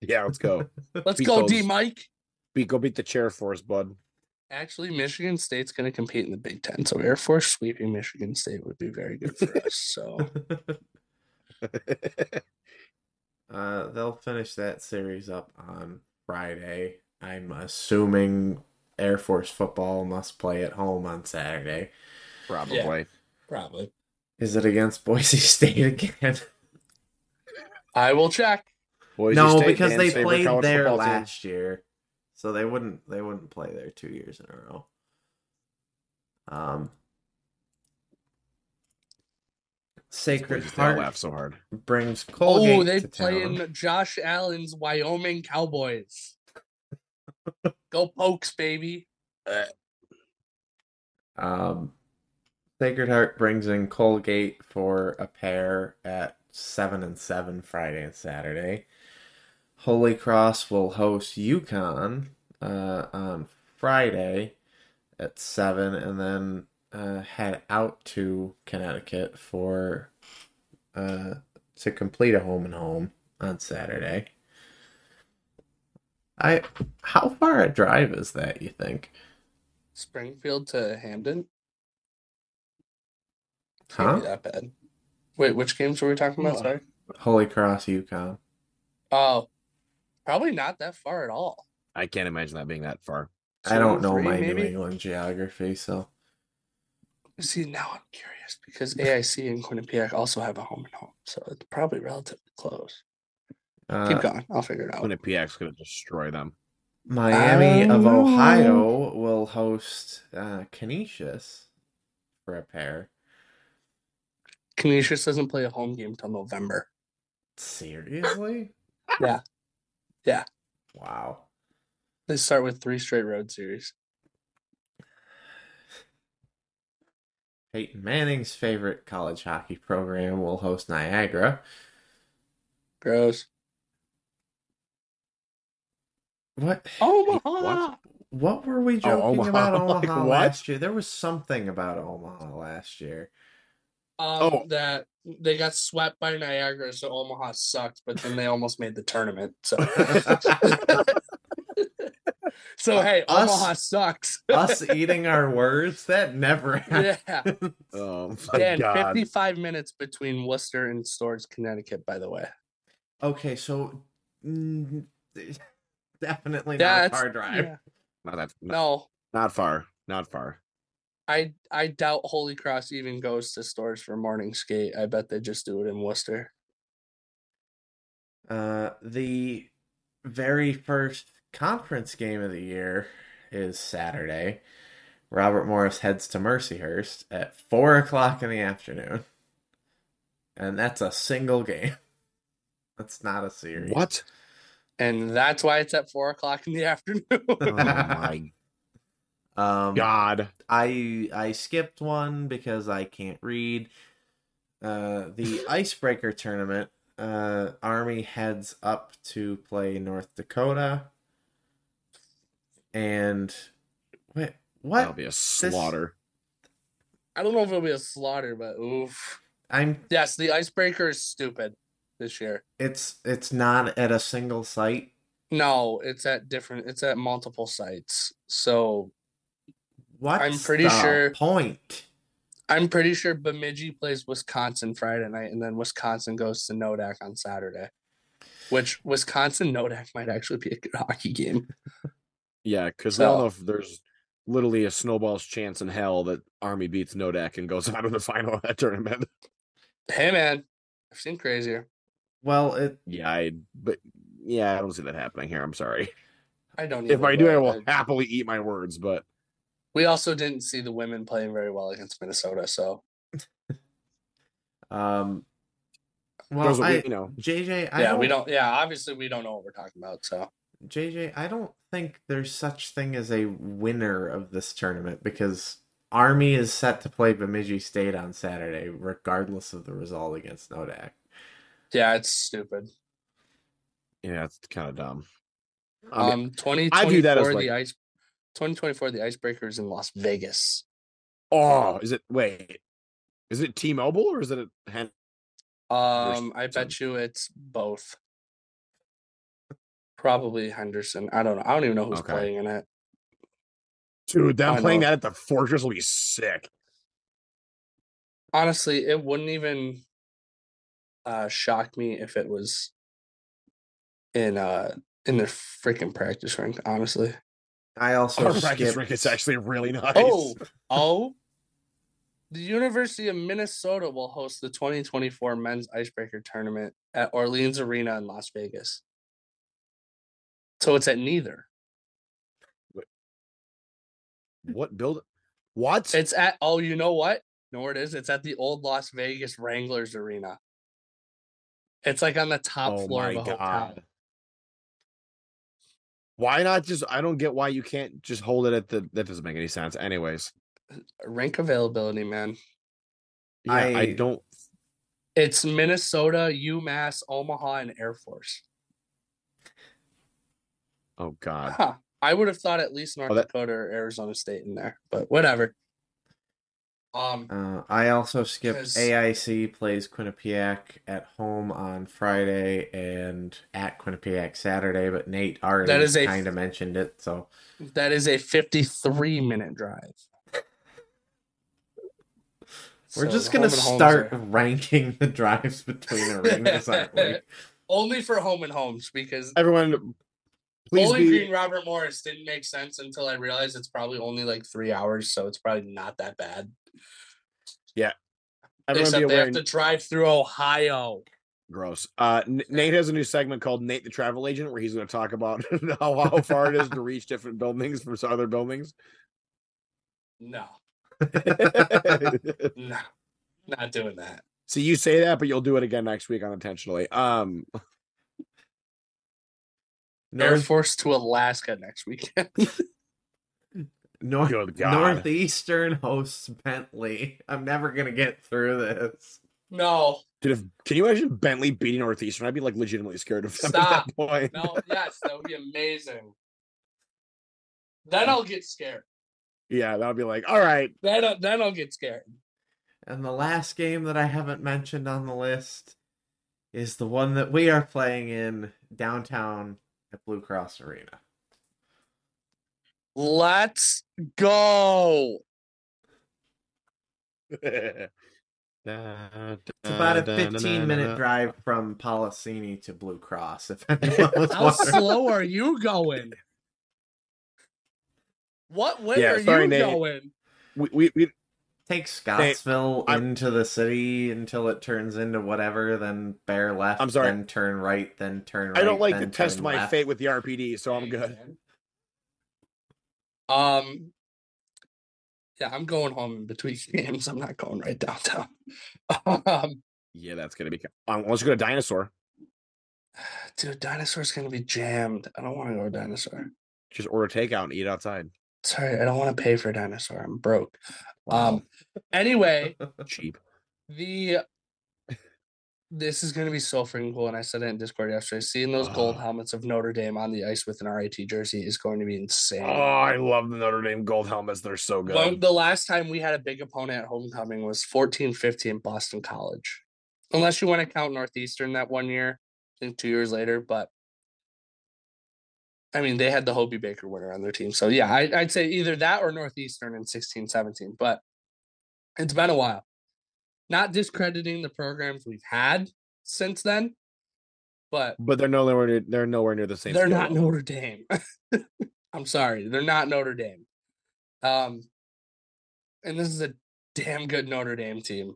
Yeah, let's go. Let's Beat go, those. D Mike. Beat, go beat the chair for us, bud. [laughs] Actually, Michigan State's going to compete in the Big Ten, so Air Force sweeping Michigan State would be very good for us. So, [laughs] Uh, they'll finish that series up on Friday. I'm assuming Air Force football must play at home on Saturday. Probably. probably, Is it against [laughs] Boise State again? I will check. Boise no, State, because man's they favorite played college there football team. last year, so they wouldn't they wouldn't play there two years in a row. Um. Sacred Please, I laugh Heart so hard. brings Colgate Oh, they to play town. in Josh Allen's Wyoming Cowboys. Go Pokes, baby. Um, Sacred Heart brings in Colgate for a pair at seven and seven Friday and Saturday. Holy Cross will host Yukon uh, on Friday at seven, and then uh, head out to Connecticut for uh, to complete a home and home on Saturday. I how far a drive is that? You think? Springfield to Hamden. Can't Huh? be that bad. Wait, which games were we talking about? Sorry. Holy Cross, Yukon. Oh, probably not that far at all. I can't imagine that being that far. I don't know Two, three, my New maybe? England geography, so See, now I'm curious because AIC and Quinnipiac also have a home and home, so it's probably relatively close. uh, Keep going. I'll figure it out. Winnipeg's going to destroy them. Miami of Oh. Ohio will host uh, Canisius for a pair. Canisius doesn't play a home game till November. Seriously? Yeah. Yeah. Wow. They start with three straight road series. Peyton Manning's favorite college hockey program will host Niagara. Gross. What? Omaha. Um, What were Oh, we joking Omaha. about [laughs] Omaha Like, what? last year? There was something about Omaha last year. Um, Oh. that they got swept by Niagara, so Omaha sucked, but then they almost made the tournament. [laughs] So, [laughs] so hey, Us- Omaha [laughs] sucks. Us eating our words that never happened. [laughs] yeah. Oh [laughs] my Dan, god! 55 minutes between Worcester and Stores, Connecticut, by the way. Okay, so mm, [laughs] definitely Yeah, not a it's- car drive. yeah. Not that. Not, No, not far. Not far. I I doubt Holy Cross even goes to Stores for morning skate. I bet they just do it in Worcester. Uh, the very first conference game of the year is Saturday. Robert Morris heads to Mercyhurst at four o'clock in the afternoon, and that's a single game. [laughs] That's not a series. What? And that's why it's at four o'clock in the [laughs] afternoon. [laughs] Oh my Um, [laughs] god! I I skipped one because I can't read. Uh, the icebreaker tournament. Uh, Army heads up to play North Dakota. And wait, That'll what? be a slaughter. I don't know if it'll be a slaughter, but oof. I'm. Yes, the icebreaker is stupid this year. It's it's not at a single site. No, it's at different it's at multiple sites. So What? pretty the sure- Point. I'm pretty sure Bemidji plays Wisconsin Friday night, and then Wisconsin goes to Nodak on Saturday. Which Wisconsin Nodak might actually be a good [laughs] hockey game. Yeah, because we all So- know if there's literally a snowball's chance in hell that Army beats Nodak and goes [laughs] out of the final of that tournament. Hey man, I've seen crazier. Well, it Yeah, I. But yeah, I don't see that happening here. I'm sorry. I don't. If either, I do, but I will happily eat my words. But We also didn't see the women playing very well against Minnesota, so um. those Well, are- I, you know, JJ, I yeah, don't, we don't. Yeah, obviously we don't know what we're talking about. So JJ, I don't think there's such thing as a winner of this tournament because Army is set to play Bemidji State on Saturday, regardless of the result against Nodak. yeah, it's stupid. yeah, it's kind of dumb. I mean, Um, twenty I view twenty that as four like- the ice, twenty twenty four the icebreakers in Las Vegas. oh, is it? Wait, is it T-Mobile or is it a Hen- Um, I Henderson. bet you it's both. Probably Henderson. I don't know. I don't even know who's Okay. playing in it. Dude, them I playing know. that at the Fortress will be sick. Honestly, it wouldn't even uh shock me if it was in uh in their freaking practice rink, honestly. I [laughs] also Our practice skipped- rink is actually really [laughs] nice. Oh, oh. The University of Minnesota will host the 2024 men's icebreaker tournament at Orleans Arena in Las Vegas. So it's at neither. What build? What? It's at oh, you know what? know where it is? It's at the old Las Vegas Wranglers Arena. It's like on the top Oh floor my of a hotel. god. Why not just I don't get why you can't just hold it at the that doesn't make any sense. Anyways. Rank availability, man. Yeah, I, I- don't It's Minnesota, UMass, Omaha, and Air Force. oh [sighs] god. Huh. I would have thought at least North Oh, that- Dakota or Arizona State in there, but whatever. Um, Uh, I also skipped Because- AIC plays Quinnipiac at home on Friday and at Quinnipiac Saturday, but Nate already That is a- kind of mentioned it. So that is a 53 minute drive. [laughs] we're So just the gonna home and homes start [laughs] are- ranking the drives between arenas, aren't [laughs] we? [laughs] only for home and homes because Everyone [laughs] please Bowling be Green Robert Morris didn't make sense until I realized it's probably only like three hours, so it's probably not that bad. everyone be Except they aware have to drive through Ohio. gross. Uh N- Nate has a new segment called Nate the Travel Agent where he's gonna talk about [laughs] how, how far it is to reach different buildings from other [laughs] buildings. No, no, not doing that. so you say that, but you'll do it again next week unintentionally. Um Air North, Force to Alaska next weekend. [laughs] North, Oh, Good God. Northeastern hosts Bentley. I'm never gonna get through this. No, Dude, if, can you imagine Bentley beating Northeastern? I'd be like legitimately scared of them at that Stop. point. no, yes, that would be amazing. Then I'll get scared. Yeah, that would be like, all right, Then I'll, then I'll get scared. And the last game that I haven't mentioned on the list is the one that we are playing in downtown at Blue Cross Arena. Let's go. it's It's about a Uh, 15 minute drive from Policini to Blue Cross. [laughs] If anyone was How wondering, slow are you going? What way Yeah, are sorry, you Nate. going? We, we, we take Scottsville I'm- into the city until it turns into whatever, then bear left, I'm sorry. then turn right, then turn right. I don't like then to test turn my left. fate with the RPD, so I'm good. Um, yeah, I'm going home in between [laughs] games. I'm not going right downtown. [laughs] Um, Yeah, that's gonna be um, unless you go to dinosaur. dude, dinosaur's gonna be jammed. I don't want to go to dinosaur. Just order takeout and eat outside. Sorry, I don't want to pay for dinosaur. I'm broke. Um, [laughs] anyway, Cheap. the this is gonna be so freaking cool. And I said it in Discord yesterday. Seeing those gold Ah. helmets of Notre Dame on the ice with an RIT jersey is going to be insane. Oh, I love the Notre Dame gold helmets. They're so good. When- the last time we had a big opponent at homecoming was fourteen fifty in Boston College. Unless you want to count Northeastern that one year, I think two years later, but I mean they had the Hobie Baker winner on their team. So yeah, I, I'd say either that or Northeastern in sixteen seventeen. But it's been a while. Not discrediting the programs we've had since then, but but they're nowhere near they're nowhere near the same. they're skill not level. Notre Dame. [laughs] I'm sorry, they're not Notre Dame. Um, and this is a damn good Notre Dame team.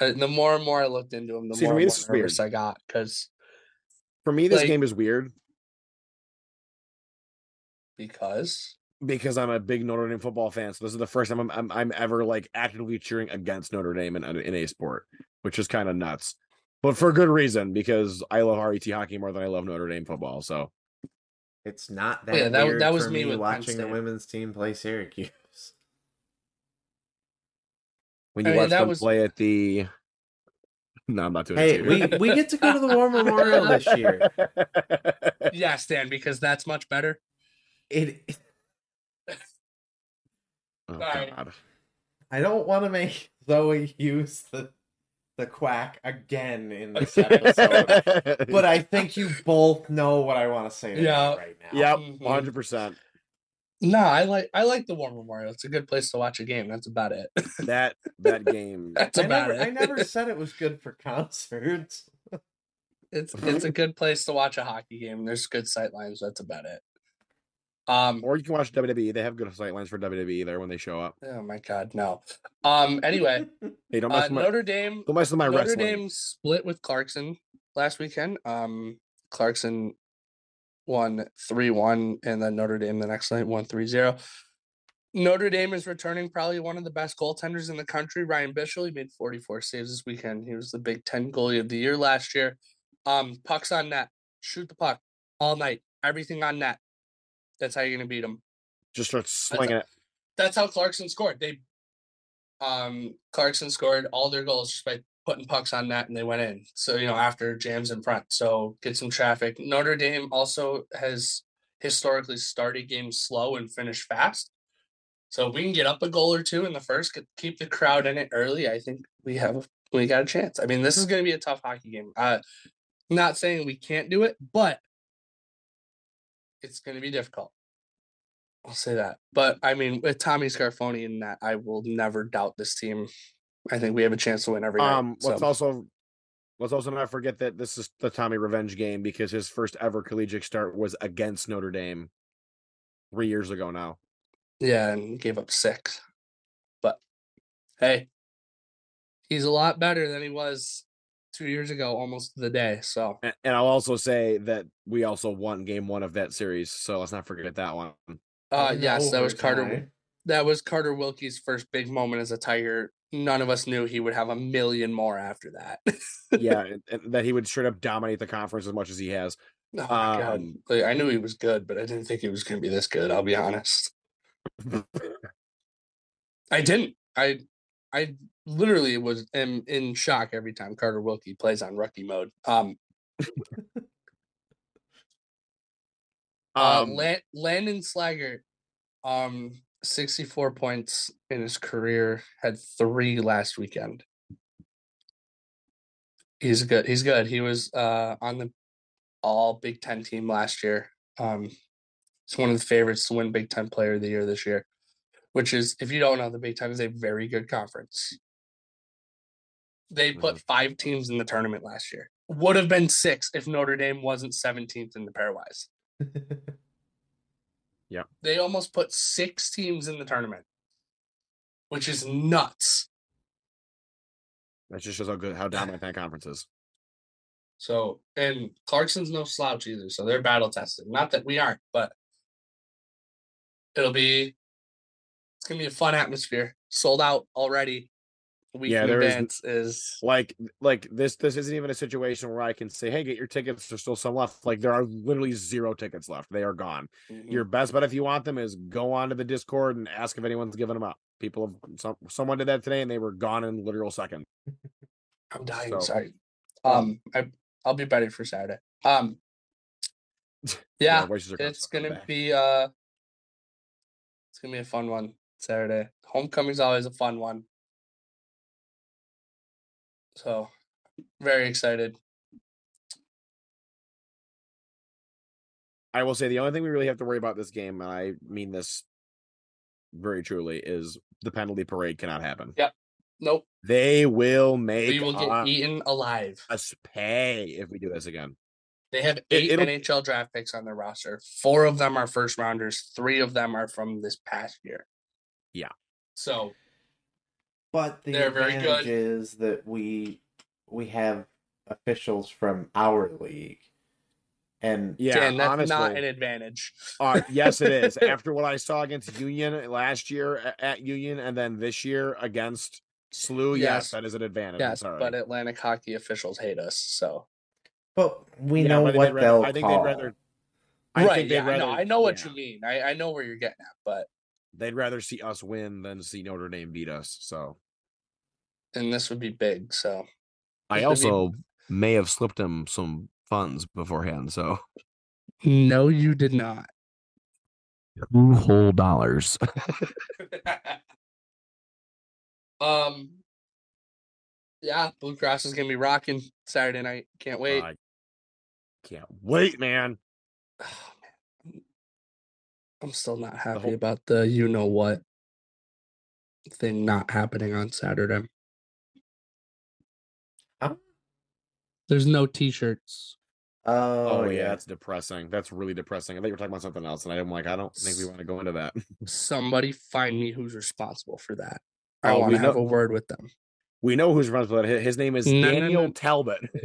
Uh, the more and more I looked into them, the See, for more, me, and this is more nervous weird. I got because For me, this like- game is weird [laughs] because because I'm a big Notre Dame football fan. So this is the first time I'm I'm, I'm ever like actively cheering against Notre Dame in, in a sport, which is kind of nuts, but for good reason because I love RET hockey more than I love Notre Dame football. So It's not that yeah, that- weird that was for me me, with Penn watching the State. women's team play Syracuse. when I you mean, watch that them was- play at the, [laughs] no, I'm not doing Hey, it. [laughs] we, to we get to go to the War Memorial this year. [laughs] you. yes, Dan, because that's much better. It. oh, Sorry. God. I don't want to make Zoe use the the quack again in this episode, [laughs] but I think you both know what I want to say to Yeah. her right now. yep, Mhm. 100. percent No, I like I like the War Memorial. It's a good place to watch a game. That's about it. [laughs] That that game. that's I about never, it. I never said it was good for concerts. [laughs] it's [laughs] it's a good place to watch a hockey game. There's good sight lines. That's about it. Um, Or you can watch WWE. They have good sight lines for WWE there when they show up. oh my god, no. Um, [laughs] anyway, Hey, don't mess uh, with my Notre Dame don't mess with my Notre wrestling. Dame split with Clarkson last weekend. Um, Clarkson won 3 1, and then Notre Dame the next night won 3 0. Notre Dame is returning probably one of the best goaltenders in the country, Ryan Bischel. He made 44 saves this weekend. He was the Big Ten goalie of the year last year. Um, pucks on net, shoot the puck all night, everything on net. That's how you're gonna beat them. Just start slinging it. That's how Clarkson scored. They, um, Clarkson scored all their goals just by putting pucks on net, and they went in. So you know after jams in front, so get some traffic. Notre Dame also has historically started games slow and finished fast. So if we can get up a goal or two in the first, get- keep the crowd in it early. I think we have we got a chance. I mean, this is going to be a tough hockey game. Uh, not saying we can't do it, but it's going to be difficult. I'll say that. But I mean, with Tommy Scarfoni in that, I will never doubt this team. I think we have a chance to win every night. Um, let's so- also let's also not forget that this is the Tommy revenge game because his first ever collegiate start was against Notre Dame three years ago now. Yeah, and gave up six. But hey, he's a lot better than he was two years ago, almost to the day. So A- And I'll also say that we also won game one of that series, so let's not forget that one. uh In yes, that was Carter overtime, that was Carter Wilkie's first big moment as a tiger. None of us knew he would have a million more after that. [laughs] Oh Yeah, and, and that he would straight up dominate the conference as much as he has. oh my God. Um, Like, I knew he was good, but I didn't think he was gonna be this good, I'll be honest. Uh, I didn't. I I literally was am in shock every time Carter Wilkie plays on rookie mode. Um Uh, Um, Lan- Landon Slager, um, 64 points in his career, had three last weekend. He's good. He's good. He was uh, on the all Big Ten team last year. Um, he's one of the favorites to win Big Ten Player of the Year this year, which is, if you don't know, the Big Ten is a very good conference. They put five teams in the tournament last year. Would have been six if Notre Dame wasn't 17th in the pairwise [laughs] right? they almost put six teams in the tournament, which is nuts. that just shows how [laughs] good how dominant that conference is. So, and Clarkson's no slouch either, so they're battle tested. Not that we aren't, but it'll be it's gonna be a fun atmosphere. Sold out already. A Week Yeah, in there is- advance is Like like this this isn't even a situation where I can say, hey, get your tickets. There's still some left. Like there are literally zero tickets left. They are gone. Mm. Your best bet if you want them is go onto the Discord and ask if anyone's giving them up. People have some someone did that today and they were gone in literal seconds. I'm dying. So- Sorry. Um, I I'll be ready for Saturday. [laughs] Um, yeah, wishes are it's coming gonna back. be uh it's gonna be a fun one saturday homecoming's always a fun one so very excited I will say the only thing we really have to worry about this game, and I mean this very truly, is the penalty parade cannot happen. nope They will make we will get us eaten alive pay if we do this again. they have eight It- it'll- nhl draft picks on their roster four of them are first rounders three of them are from this past year Yeah. so But the They're very advantage good. is that we we have officials from our league, and Yeah, Dan, that's honestly. not an advantage [laughs] uh, yes, it is. After what I saw against Union uh, last year a- at Union, and then this year against SLU, yes, Yes. that is an advantage. I'm yes sorry. but uh, atlantic hockey officials hate us so but we Yeah, know but they'd what rather- they'll I think call. they'd rather. I right think they'd yeah, I, rather, know, I know what yeah. you mean I, I know where you're getting at but They'd rather see us win than see Notre Dame beat us. So and this would be big. So I This would be- also may have slipped him some funds beforehand. So no, you did not. two whole dollars. [laughs] um, yeah, Blue Cross is gonna be rocking Saturday night. Can't wait. I can't wait, man. Oh, man. I'm still not happy whole- about the you know what thing not happening on Saturday. Huh? There's no t-shirts. Oh, Oh, yeah, yeah, that's depressing. That's really depressing. I thought you were talking about something else, and I'm like, I don't think we want to go into that. Hmm. Somebody find me who's responsible for that. I Oh, we want to have know- a word with them. We know who's runs for that. His name is [laughs] No, no, Daniel no. Talbot. [laughs]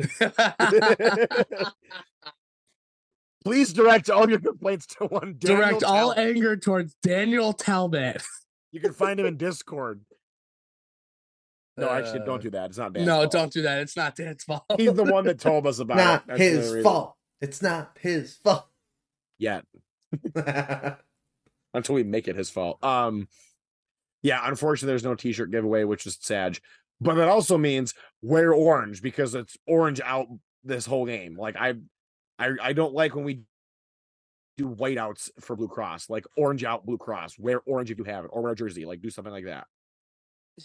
Please direct all your complaints to one. Daniel Direct all Talbot. anger towards Daniel Talbot. You can find him in Discord. No, actually, Uh, don't do that. It's not Dan's No, fault. don't do that. It's not Dan's fault. He's the one that told us about it. Not That's the only his reason. fault. It's not his [laughs] fault. Yet. until we make it his fault. Um, yeah, unfortunately, there's no T-shirt giveaway, which is sad. But it also means wear orange because it's orange out this whole game. Like I, I, I don't like when we do whiteouts for Blue Cross. Like orange out Blue Cross. Wear orange if you have it, or wear a jersey. Like do something like that. [laughs]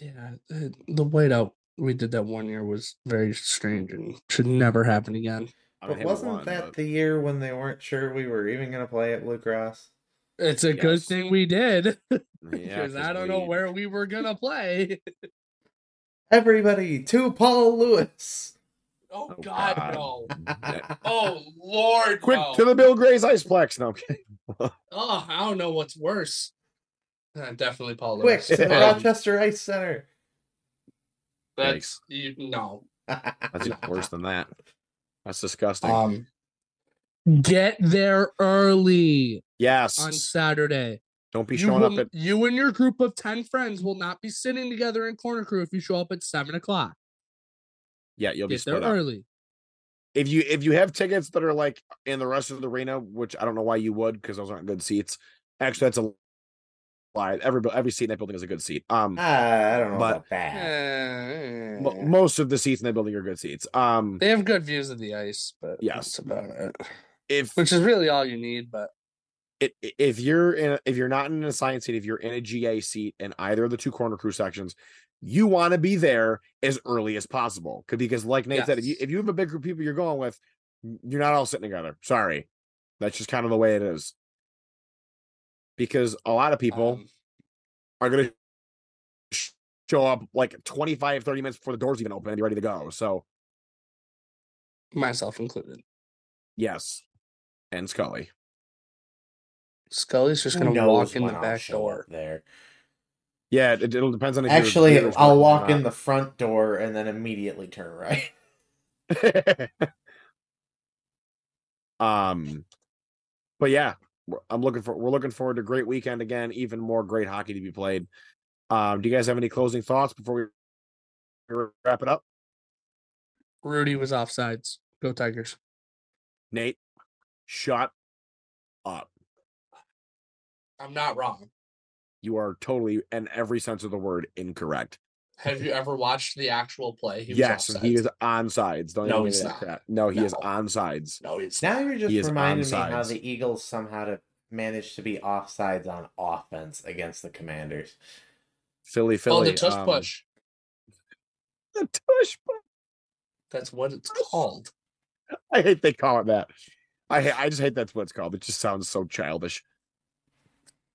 Yeah, uh, the whiteout we did that one year was very strange and should never happen again. I mean, but Halo wasn't won, that but- the year when they weren't sure we were even going to play at Blue Cross? It's a good Yes. thing we did [laughs] Yeah, because I don't know we- [laughs] where we were gonna play. [laughs] Everybody to Paul [laughs] Lewis. Oh, Oh, God, God. no! [laughs] Oh Lord, Quick no. to the Bill Gray's Iceplex. No, I'm kidding. Oh, I don't know what's worse. Uh, definitely Paul Quick Lewis. to the Yeah. Um, Rochester Ice Center. that's you, no. that's even worse than that. That's disgusting. Um, get there early yes, on Saturday. don't be you, showing up will- at you and your group of 10 friends will not be sitting together in corner crew if you show up at 7 o'clock yeah. You'll be get there split up. early if you if you have tickets that are like in the rest of the arena, which I don't know why you would because those aren't good seats. Actually, that's a lie. Every bu- every seat in that building is a good seat. Um, [laughs] I don't know But- about that. mo- Eh, most of the seats in that building are good seats. Um, they have good views of the ice but Yes. that's about it if which is really all you need but i- i- if you're in a, if you're not in a science seat, if you're in a GA seat in either of the two corner crew sections, you want to be there as early as possible. 'Cause- Because like Nate said, if you Yes. if you have a big group of people you're going with, you're not all sitting together. Sorry, that's just kind of the way it is. Because a lot of people. um, are going to sh- show up like 25, 30 minutes before the doors even open and be ready to go. So, myself included yes. And Scully. scully's just Who gonna knows walk in the when I'll back show up door there. Yeah, it, it'll depends on if your Actually, computer's I'll working or walk in not. the front door and then immediately turn right. [laughs] [laughs] um, but yeah, we're- I'm looking for we're looking forward to a great weekend again. Even more great hockey to be played. Um, do you guys have any closing thoughts before we wrap it up, rudy was offsides go tigers Nate? Shut up. i'm not wrong You are totally, in every sense of the word, incorrect. have you ever watched the actual play was yes, and he offsides. is on sides. Don't No, no, he's he's not. Crap. No, he is No. on sides. no he's Now you're just He is reminding me onside. how the Eagles somehow to managed to be offsides on offense against the Commanders. Philly, Philly. oh the tush um, push The tush push. that's what it's Tush. called I hate they call it that. I ha- I just hate that's what it's called. It just sounds so childish.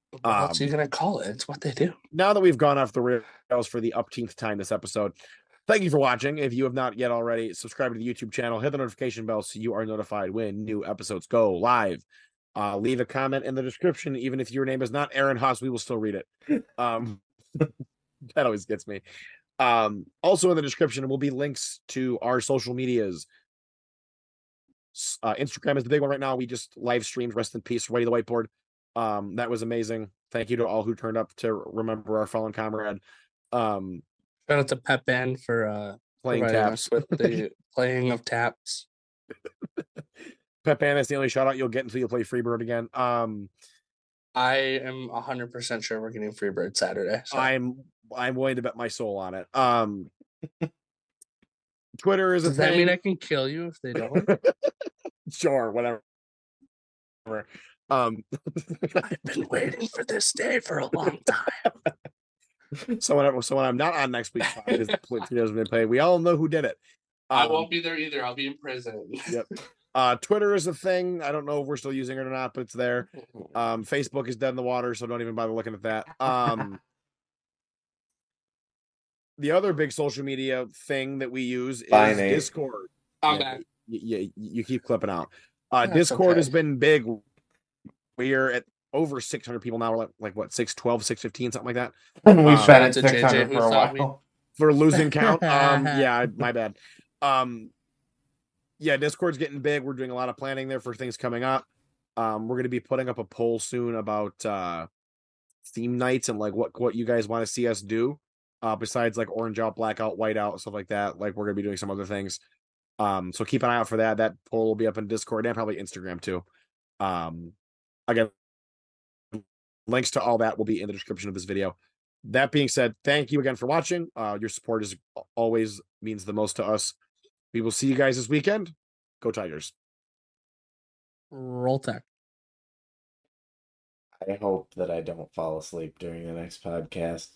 what else are Um, you gonna call it it's what they do Now that we've gone off the rails for the upteenth time this episode, thank you for watching. If you have not yet already, subscribe to the YouTube channel, hit the notification bell so you are notified when new episodes go live. Uh, leave a comment in the description, even if your name is not Aaron Haas, we will still read it. Um, [laughs] that always gets me. Um, also in the description will be links to our social medias. S- Uh, Instagram is the big one right now. We just live streamed Rest in Peace, Ready the Whiteboard. Um, that was amazing. Thank you to all who turned up to remember our fallen comrade. Um, Shout out to Pep Band for uh, playing providing taps. us with [laughs] the playing of taps. Pep Band, that's the only shout out you'll get until you play Freebird again. Um, I am hundred percent sure we're getting Freebird Saturday. so- I'm I'm willing to bet my soul on it. [laughs] Um, Twitter is a Does that thing. mean I can kill you [laughs] if they don't? sure, whatever. Whatever. Um, [laughs] I've been waiting for this day for a long time. So when, I, so when I'm not on next week's pod, it [laughs] is the Twitch videos we play. We all know who did it. [laughs] I Um, won't be there either. I'll be in prison. Yep. Uh, Twitter is a thing. I don't know if we're still using it or not, but it's there. Um, Facebook is dead in the water, so don't even bother looking at that. Um, the other big social media thing that we use is Bye, Nate. Discord. I'm Yeah, back. y- y- you keep clipping out. Uh, That's Discord has okay. been big. We're at over 600 people now. We're like, like what, 612, 615, something like that. And [laughs] we've Wow. been at That's a JJ 600 who for a thought we- while. for losing count. Um, yeah, I- my bad. Um, yeah, Discord's getting big. We're doing a lot of planning there for things coming up. Um, we're going to be putting up a poll soon about uh, theme nights and like what what you guys want to see us do. Uh, besides like orange out, blackout, white out, stuff like that. Like we're going to be doing some other things. Um, so keep an eye out for that. That poll will be up in Discord and probably Instagram too. Um, again, links to all that will be in the description of this video. That being said, thank you again for watching. Uh, your support is always means the most to us. We will see you guys this weekend. Go Tigers. Roll Tech. I hope that I don't fall asleep during the next podcast.